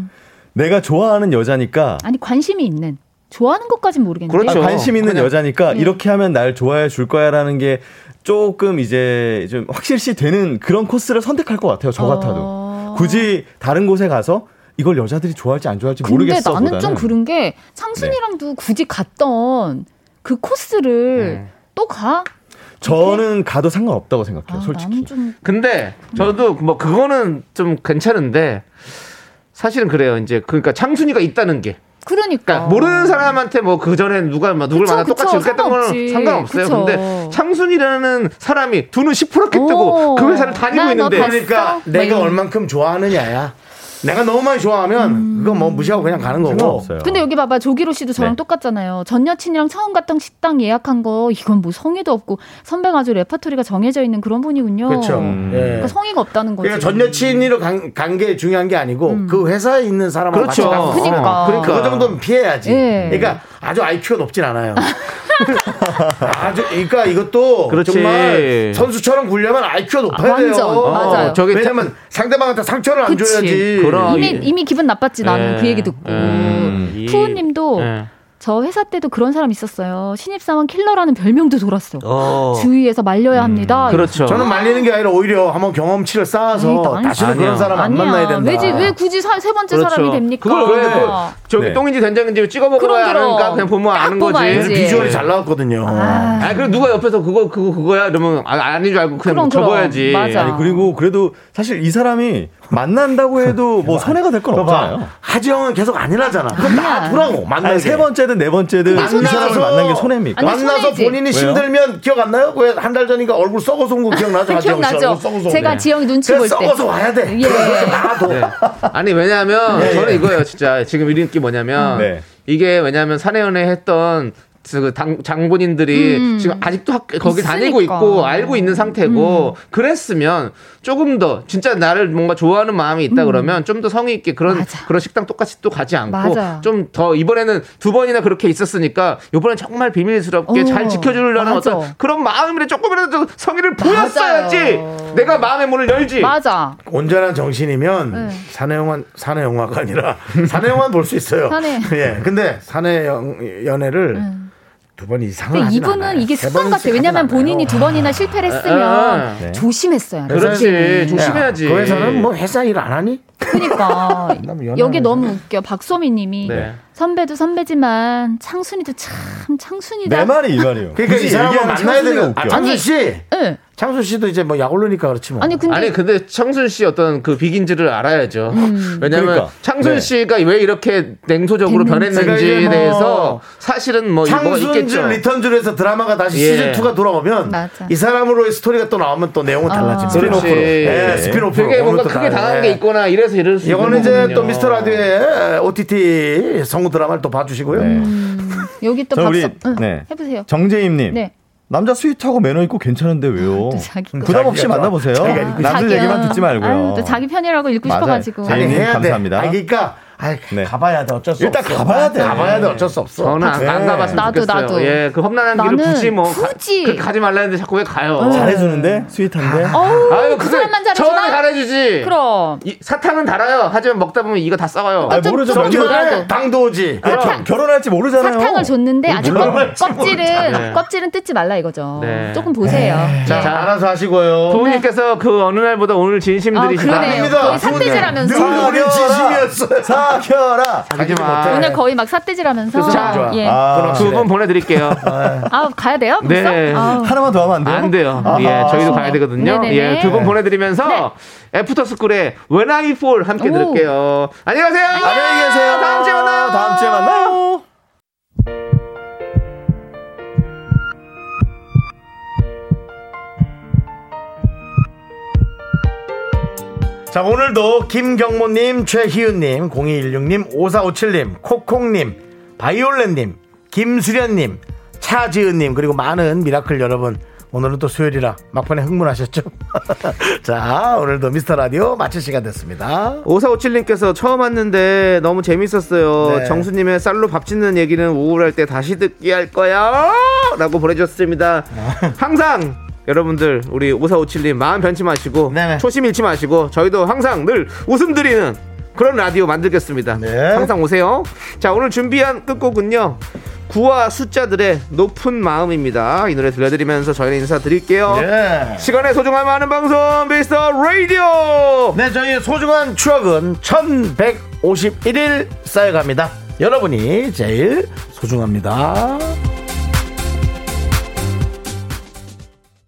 Speaker 7: 내가 좋아하는 여자니까
Speaker 8: 아니 관심이 있는 좋아하는 것까진 모르겠는데.
Speaker 3: 그렇죠.
Speaker 7: 아, 관심 있는
Speaker 3: 그냥-
Speaker 7: 여자니까
Speaker 8: 예.
Speaker 7: 이렇게 하면 날 좋아해 줄 거야라는 게 조금 이제 좀 확실시 되는 그런 코스를 선택할 것 같아요. 저 같아도 굳이 다른 곳에 가서 이걸 여자들이 좋아할지 안 좋아할지
Speaker 8: 근데
Speaker 7: 모르겠어.
Speaker 8: 나는 좀
Speaker 7: 보다는.
Speaker 8: 그런 게 창순이랑도 굳이 갔던 그 코스를 또 가?
Speaker 7: 저는 가도 상관없다고 생각해요.
Speaker 8: 아,
Speaker 7: 솔직히.
Speaker 8: 나는 좀
Speaker 3: 근데 저도 뭐 그거는 좀 괜찮은데 사실은 그래요. 이제 그러니까 창순이가 있다는 게
Speaker 8: 그러니까
Speaker 3: 그러니까 모르는 사람한테 뭐 그 전에 누가 막 누굴
Speaker 8: 그쵸,
Speaker 3: 만나 똑같이
Speaker 8: 그쵸,
Speaker 3: 웃겠던 거는
Speaker 8: 상관없지.
Speaker 3: 상관없어요.
Speaker 8: 그쵸.
Speaker 3: 근데 창순이라는 사람이 두 눈 시퍼렇게 뜨고
Speaker 8: 오,
Speaker 3: 그 회사를 다니고
Speaker 8: 나너 아,
Speaker 3: 있는데
Speaker 8: 봤어?
Speaker 2: 그러니까
Speaker 8: 뭐
Speaker 2: 내가
Speaker 8: 이런-
Speaker 2: 얼만큼 좋아하느냐야. 내가 너무 많이 좋아하면 그거 뭐 무시하고 그냥 가는 거고.
Speaker 7: 상관없어요.
Speaker 8: 근데 여기 봐봐 조기로 씨도 저랑
Speaker 7: 네.
Speaker 8: 똑같잖아요. 전 여친이랑 처음 갔던 식당 예약한 거 이건 뭐 성의도 없고 선배가 아주 레파토리가 정해져 있는 그런 분이군요.
Speaker 2: 그렇죠. 예.
Speaker 8: 그러니까 성의가 없다는 거지.
Speaker 2: 그러니까 전 여친으로 간 게 중요한 게 아니고 그 회사에 있는 사람하고
Speaker 3: 그렇죠.
Speaker 2: 같이 가는 거.
Speaker 8: 그러니까.
Speaker 2: 어, 그러니까 그 정도는 피해야지.
Speaker 8: 예.
Speaker 2: 그러니까 아주 IQ가 높진 않아요. 아주 그러니까 이것도
Speaker 3: 그렇지.
Speaker 2: 정말 선수처럼 굴려면 IQ가 높아야
Speaker 8: 아, 완전.
Speaker 2: 돼요.
Speaker 8: 맞아요.
Speaker 3: 저기
Speaker 2: 왜냐면 상대방한테 상처를 안
Speaker 8: 그치. 그러니까.
Speaker 2: 줘야지.
Speaker 3: 그럼.
Speaker 8: 이미
Speaker 3: 예.
Speaker 8: 이미 기분 나빴지 나는
Speaker 3: 예,
Speaker 8: 그 얘기 듣고
Speaker 3: 예.
Speaker 8: 푸우님도
Speaker 3: 예.
Speaker 8: 저 회사 때도 그런 사람 있었어요. 신입사원 킬러라는 별명도 돌았어. 주위에서 말려야 합니다.
Speaker 3: 그렇죠.
Speaker 2: 저는 말리는 게 아니라 오히려 한번 경험치를 쌓아서
Speaker 8: 아니, 난-
Speaker 2: 다시는 그런
Speaker 3: 아니야.
Speaker 2: 사람 안 만나야 된다.
Speaker 8: 왜지 왜 굳이 사- 세 번째
Speaker 2: 그렇죠.
Speaker 8: 사람이 됩니까?
Speaker 3: 그렇죠. 그걸 왜 저기
Speaker 7: 네.
Speaker 3: 똥인지 된장인지 찍어 먹어야
Speaker 8: 그럼, 그럼.
Speaker 3: 하니까 그냥 보면
Speaker 8: 딱
Speaker 3: 아는 거지.
Speaker 8: 뽑아야지.
Speaker 2: 비주얼이 잘 나왔거든요.
Speaker 3: 아, 그럼 누가 옆에서 그거 그거 그거야 이러면 아, 아닌 줄 알고 그냥
Speaker 8: 그럼, 그럼.
Speaker 3: 접어야지.
Speaker 8: 맞아.
Speaker 7: 아니 그리고 그래도 사실 이 사람이 만난다고 해도 뭐 손해가 될 건
Speaker 2: 그거 봐.
Speaker 7: 없잖아요.
Speaker 2: 하지영은 계속 아니라잖아. 그럼 놔두라고, 만나게.
Speaker 7: 아니, 세 번째든 네 번째든
Speaker 2: 만나서-
Speaker 7: 이 사람을 만난 게 손해입니까?
Speaker 2: 만나서 본인이 힘들면 기억 안 나요? 왜 한 달 전인가 얼굴 썩어서 온 거 기억나죠? 아, 하지영 씨 얼굴 썩어서 온
Speaker 8: 제가
Speaker 2: 거.
Speaker 8: 지영이 눈치
Speaker 2: 그래,
Speaker 8: 볼 때. 예.
Speaker 2: 썩어서 와야 돼.
Speaker 3: 네. 아니 왜냐하면
Speaker 2: 예,
Speaker 3: 저는
Speaker 2: 예.
Speaker 3: 이거예요 진짜 지금 이런 게 뭐냐면
Speaker 2: 음. 네.
Speaker 3: 이게 왜냐하면 사내연애 했던 그 당, 장본인들이
Speaker 2: 음.
Speaker 3: 지금 아직도 학- 거기
Speaker 2: 있으니까.
Speaker 3: 다니고 있고 알고
Speaker 8: 음.
Speaker 3: 있는 상태고 그랬으면 조금 더 진짜 나를 뭔가 좋아하는 마음이 있다 그러면 좀 더 성의 있게 그런 그런 식당 똑같이 또 가지
Speaker 8: 맞아요.
Speaker 3: 않고 좀 더 이번에는 두 번이나 그렇게 있었으니까 이번엔 정말 비밀스럽게
Speaker 8: 어,
Speaker 3: 잘 지켜주려는
Speaker 8: 맞아.
Speaker 3: 어떤 그런 마음이라 조금이라도 성의를 보였어야지 내가 마음의 문을 열지
Speaker 8: 맞아.
Speaker 2: 온전한 정신이면
Speaker 8: 네.
Speaker 2: 사내영화 사내영화가 아니라 사내영화 볼 수 있어요.
Speaker 8: 사내. 음.
Speaker 2: 예, 근데 사내 영, 연애를 두 번 이상은
Speaker 8: 근데
Speaker 2: 하진
Speaker 8: 이분은
Speaker 2: 않아요.
Speaker 8: 이게
Speaker 2: 세
Speaker 8: 습관
Speaker 2: 번씩
Speaker 8: 같아요. 왜냐면
Speaker 2: 하진 않아요. 예.
Speaker 8: 본인이 두 번이나 실패를
Speaker 3: 어, 아,
Speaker 8: 했으면
Speaker 2: 네.
Speaker 8: 조심했어요.
Speaker 2: 그래서-
Speaker 8: 솔직히.
Speaker 7: 네.
Speaker 2: 야, 그 회사는 뭐 회사 일 안 하니?
Speaker 8: 그러니까
Speaker 2: 연애하는
Speaker 8: 여기 너무 웃겨. 박소민님이
Speaker 2: 네.
Speaker 8: 선배도 선배지만 창순이도 참 창순이다.
Speaker 2: 내 말이 이 말이에요. 그러니까 이 사람을 만나야 되는 아, 창순 씨.
Speaker 8: 네.
Speaker 2: 창순 씨도 이제 뭐 약올르니까 그렇지 뭐.
Speaker 8: 아니, 근데-
Speaker 3: 아니 근데 창순 씨 어떤 그 비긴지를 알아야죠.
Speaker 2: 음.
Speaker 3: 왜냐면
Speaker 2: 그러니까.
Speaker 3: 창순
Speaker 2: 네.
Speaker 3: 씨가 왜 이렇게 냉소적으로
Speaker 2: 됐는지. 제가
Speaker 3: 변했는지에
Speaker 2: 이제 뭐
Speaker 3: 대해서 사실은 뭐 뭐가 있겠죠.
Speaker 2: 창순줄 리턴줄에서 드라마가 다시
Speaker 3: 예.
Speaker 2: 시즌 2가 돌아오면
Speaker 3: 맞아. 아.
Speaker 2: 이 사람으로의 스토리가 또 나오면 또 내용은 달라집니다.
Speaker 3: 그렇지.
Speaker 2: 예, 스피노프로.
Speaker 3: 되게 뭔가
Speaker 2: 오늘 또 다르네. 예.
Speaker 3: 크게 당한 게 있거나 이래서 이럴 수 있는
Speaker 2: 이거는 이제
Speaker 3: 거거든요. 네.
Speaker 2: 또 미스터 라디오의 OTT 성우 드라마를 또 봐주시고요.
Speaker 8: 여기 또
Speaker 7: 자,
Speaker 8: 박소
Speaker 7: 우리,
Speaker 8: 응,
Speaker 7: 네.
Speaker 8: 해보세요.
Speaker 7: 정재임님.
Speaker 8: 음. 네. 아,
Speaker 7: 남자 스윗하고 매너 있고 괜찮은데 왜요?
Speaker 8: 자기 거.
Speaker 7: 어, 부담 없이
Speaker 8: 자기가
Speaker 7: 만나보세요.
Speaker 8: 좋아.
Speaker 7: 남들
Speaker 8: 자기야.
Speaker 7: 얘기만 듣지
Speaker 8: 아유,
Speaker 7: 말고요.
Speaker 8: 또 자기 편이라고 읽고
Speaker 7: 맞아요.
Speaker 8: 싶어가지고.
Speaker 7: 제이님,
Speaker 2: 아니, 해야 돼.
Speaker 7: 감사합니다. 네.
Speaker 2: 아니, 그러니까 아이,
Speaker 3: 네.
Speaker 2: 가봐야 돼. 어쩔 수
Speaker 7: 일단
Speaker 2: 없어.
Speaker 7: 가봐야 돼.
Speaker 2: 가봐야 돼. 어쩔 수 없어.
Speaker 3: 저는 안, 안
Speaker 2: 네.
Speaker 3: 가봤으면 좋겠어요. 예, 그 험난한 길을
Speaker 8: 나는
Speaker 3: 굳이 뭐 가-
Speaker 8: 굳이.
Speaker 3: 그 가지 말라 했는데 자꾸 왜 가요?
Speaker 8: 어.
Speaker 7: 잘해주는데 스윗한데.
Speaker 8: 어우,
Speaker 3: 아유,
Speaker 8: 그
Speaker 3: 근데
Speaker 8: 사람만 잘해주나?
Speaker 3: 저는 잘해주지.
Speaker 8: 그럼.
Speaker 3: 이, 사탕은 달아요. 하지만 먹다 보면 이거 다 썩어요. 예.
Speaker 7: 아, 모르죠.
Speaker 3: 썩지
Speaker 7: 먼저
Speaker 3: 말라고.
Speaker 7: 그래.
Speaker 2: 당도 오지.
Speaker 7: 아, 겨- 결혼할지 모르잖아요.
Speaker 8: 사탕을 줬는데 아직
Speaker 7: 몰라.
Speaker 8: 껍, 껍질은
Speaker 3: 네.
Speaker 8: 껍질은 뜯지 말라 이거죠.
Speaker 3: 네.
Speaker 8: 조금 보세요.
Speaker 3: 자,
Speaker 2: 알아서 하시고요.
Speaker 3: 부모님께서 그 어느 날보다 오늘 진심들이시다. 네.
Speaker 8: 아, 그러네요. 거의 삿대질하면서. 늘 우린
Speaker 2: 진심이었어요. 사켜라.
Speaker 3: 하지 마.
Speaker 8: 오늘 거의 막 삿대질하면서.
Speaker 3: 자,
Speaker 8: 예.
Speaker 7: 아,
Speaker 3: 두분 보내드릴게요.
Speaker 8: 아 가야 돼요? 벌써?
Speaker 3: 네.
Speaker 8: 아우.
Speaker 7: 그 하나만 더 하면 안 돼요?
Speaker 3: 안 돼요.
Speaker 7: 아하.
Speaker 3: 예, 저희도 가야 되거든요.
Speaker 8: 네네네.
Speaker 3: 예, 두 분
Speaker 8: 네.
Speaker 3: 보내드리면서 애프터 스쿨의 When I Fall 함께
Speaker 7: 오.
Speaker 3: 들을게요. 안녕히 가세요. 안녕히 계세요. 아, 다음 주에 만나요.
Speaker 7: 다음 주에 만나요.
Speaker 2: 자, 오늘도 김경모님, 최희윤님, 0216님, 5457님, 콕콕님, 바이올렛님, 김수련님, 차지은님, 그리고 많은 미라클 여러분. 오늘은 또 수요일이라 막판에 흥분하셨죠? 자, 오늘도 미스터 라디오 마칠 시간 됐습니다.
Speaker 3: 5457님께서 처음 왔는데 너무 재밌었어요.
Speaker 2: 네.
Speaker 3: 정수님의 쌀로 밥 짓는 얘기는 우울할 때 다시 듣기 할 거야. 라고 보내주셨습니다.
Speaker 2: 아.
Speaker 3: 항상 여러분들 우리 5457님 마음 변치 마시고
Speaker 2: 네,
Speaker 3: 초심 잃지 마시고 저희도 항상 늘 웃음 드리는 그런 라디오 만들겠습니다.
Speaker 2: 네.
Speaker 3: 항상 오세요. 자 오늘 준비한 끝곡은요. 구와 숫자들의 높은 마음입니다. 이 노래 들려드리면서 저희는 인사드릴게요.
Speaker 2: 예.
Speaker 3: 시간의 소중함 아는 방송 미스터 라디오
Speaker 2: 네, 저희의 소중한 추억은 1151일 쌓여갑니다. 여러분이 제일 소중합니다.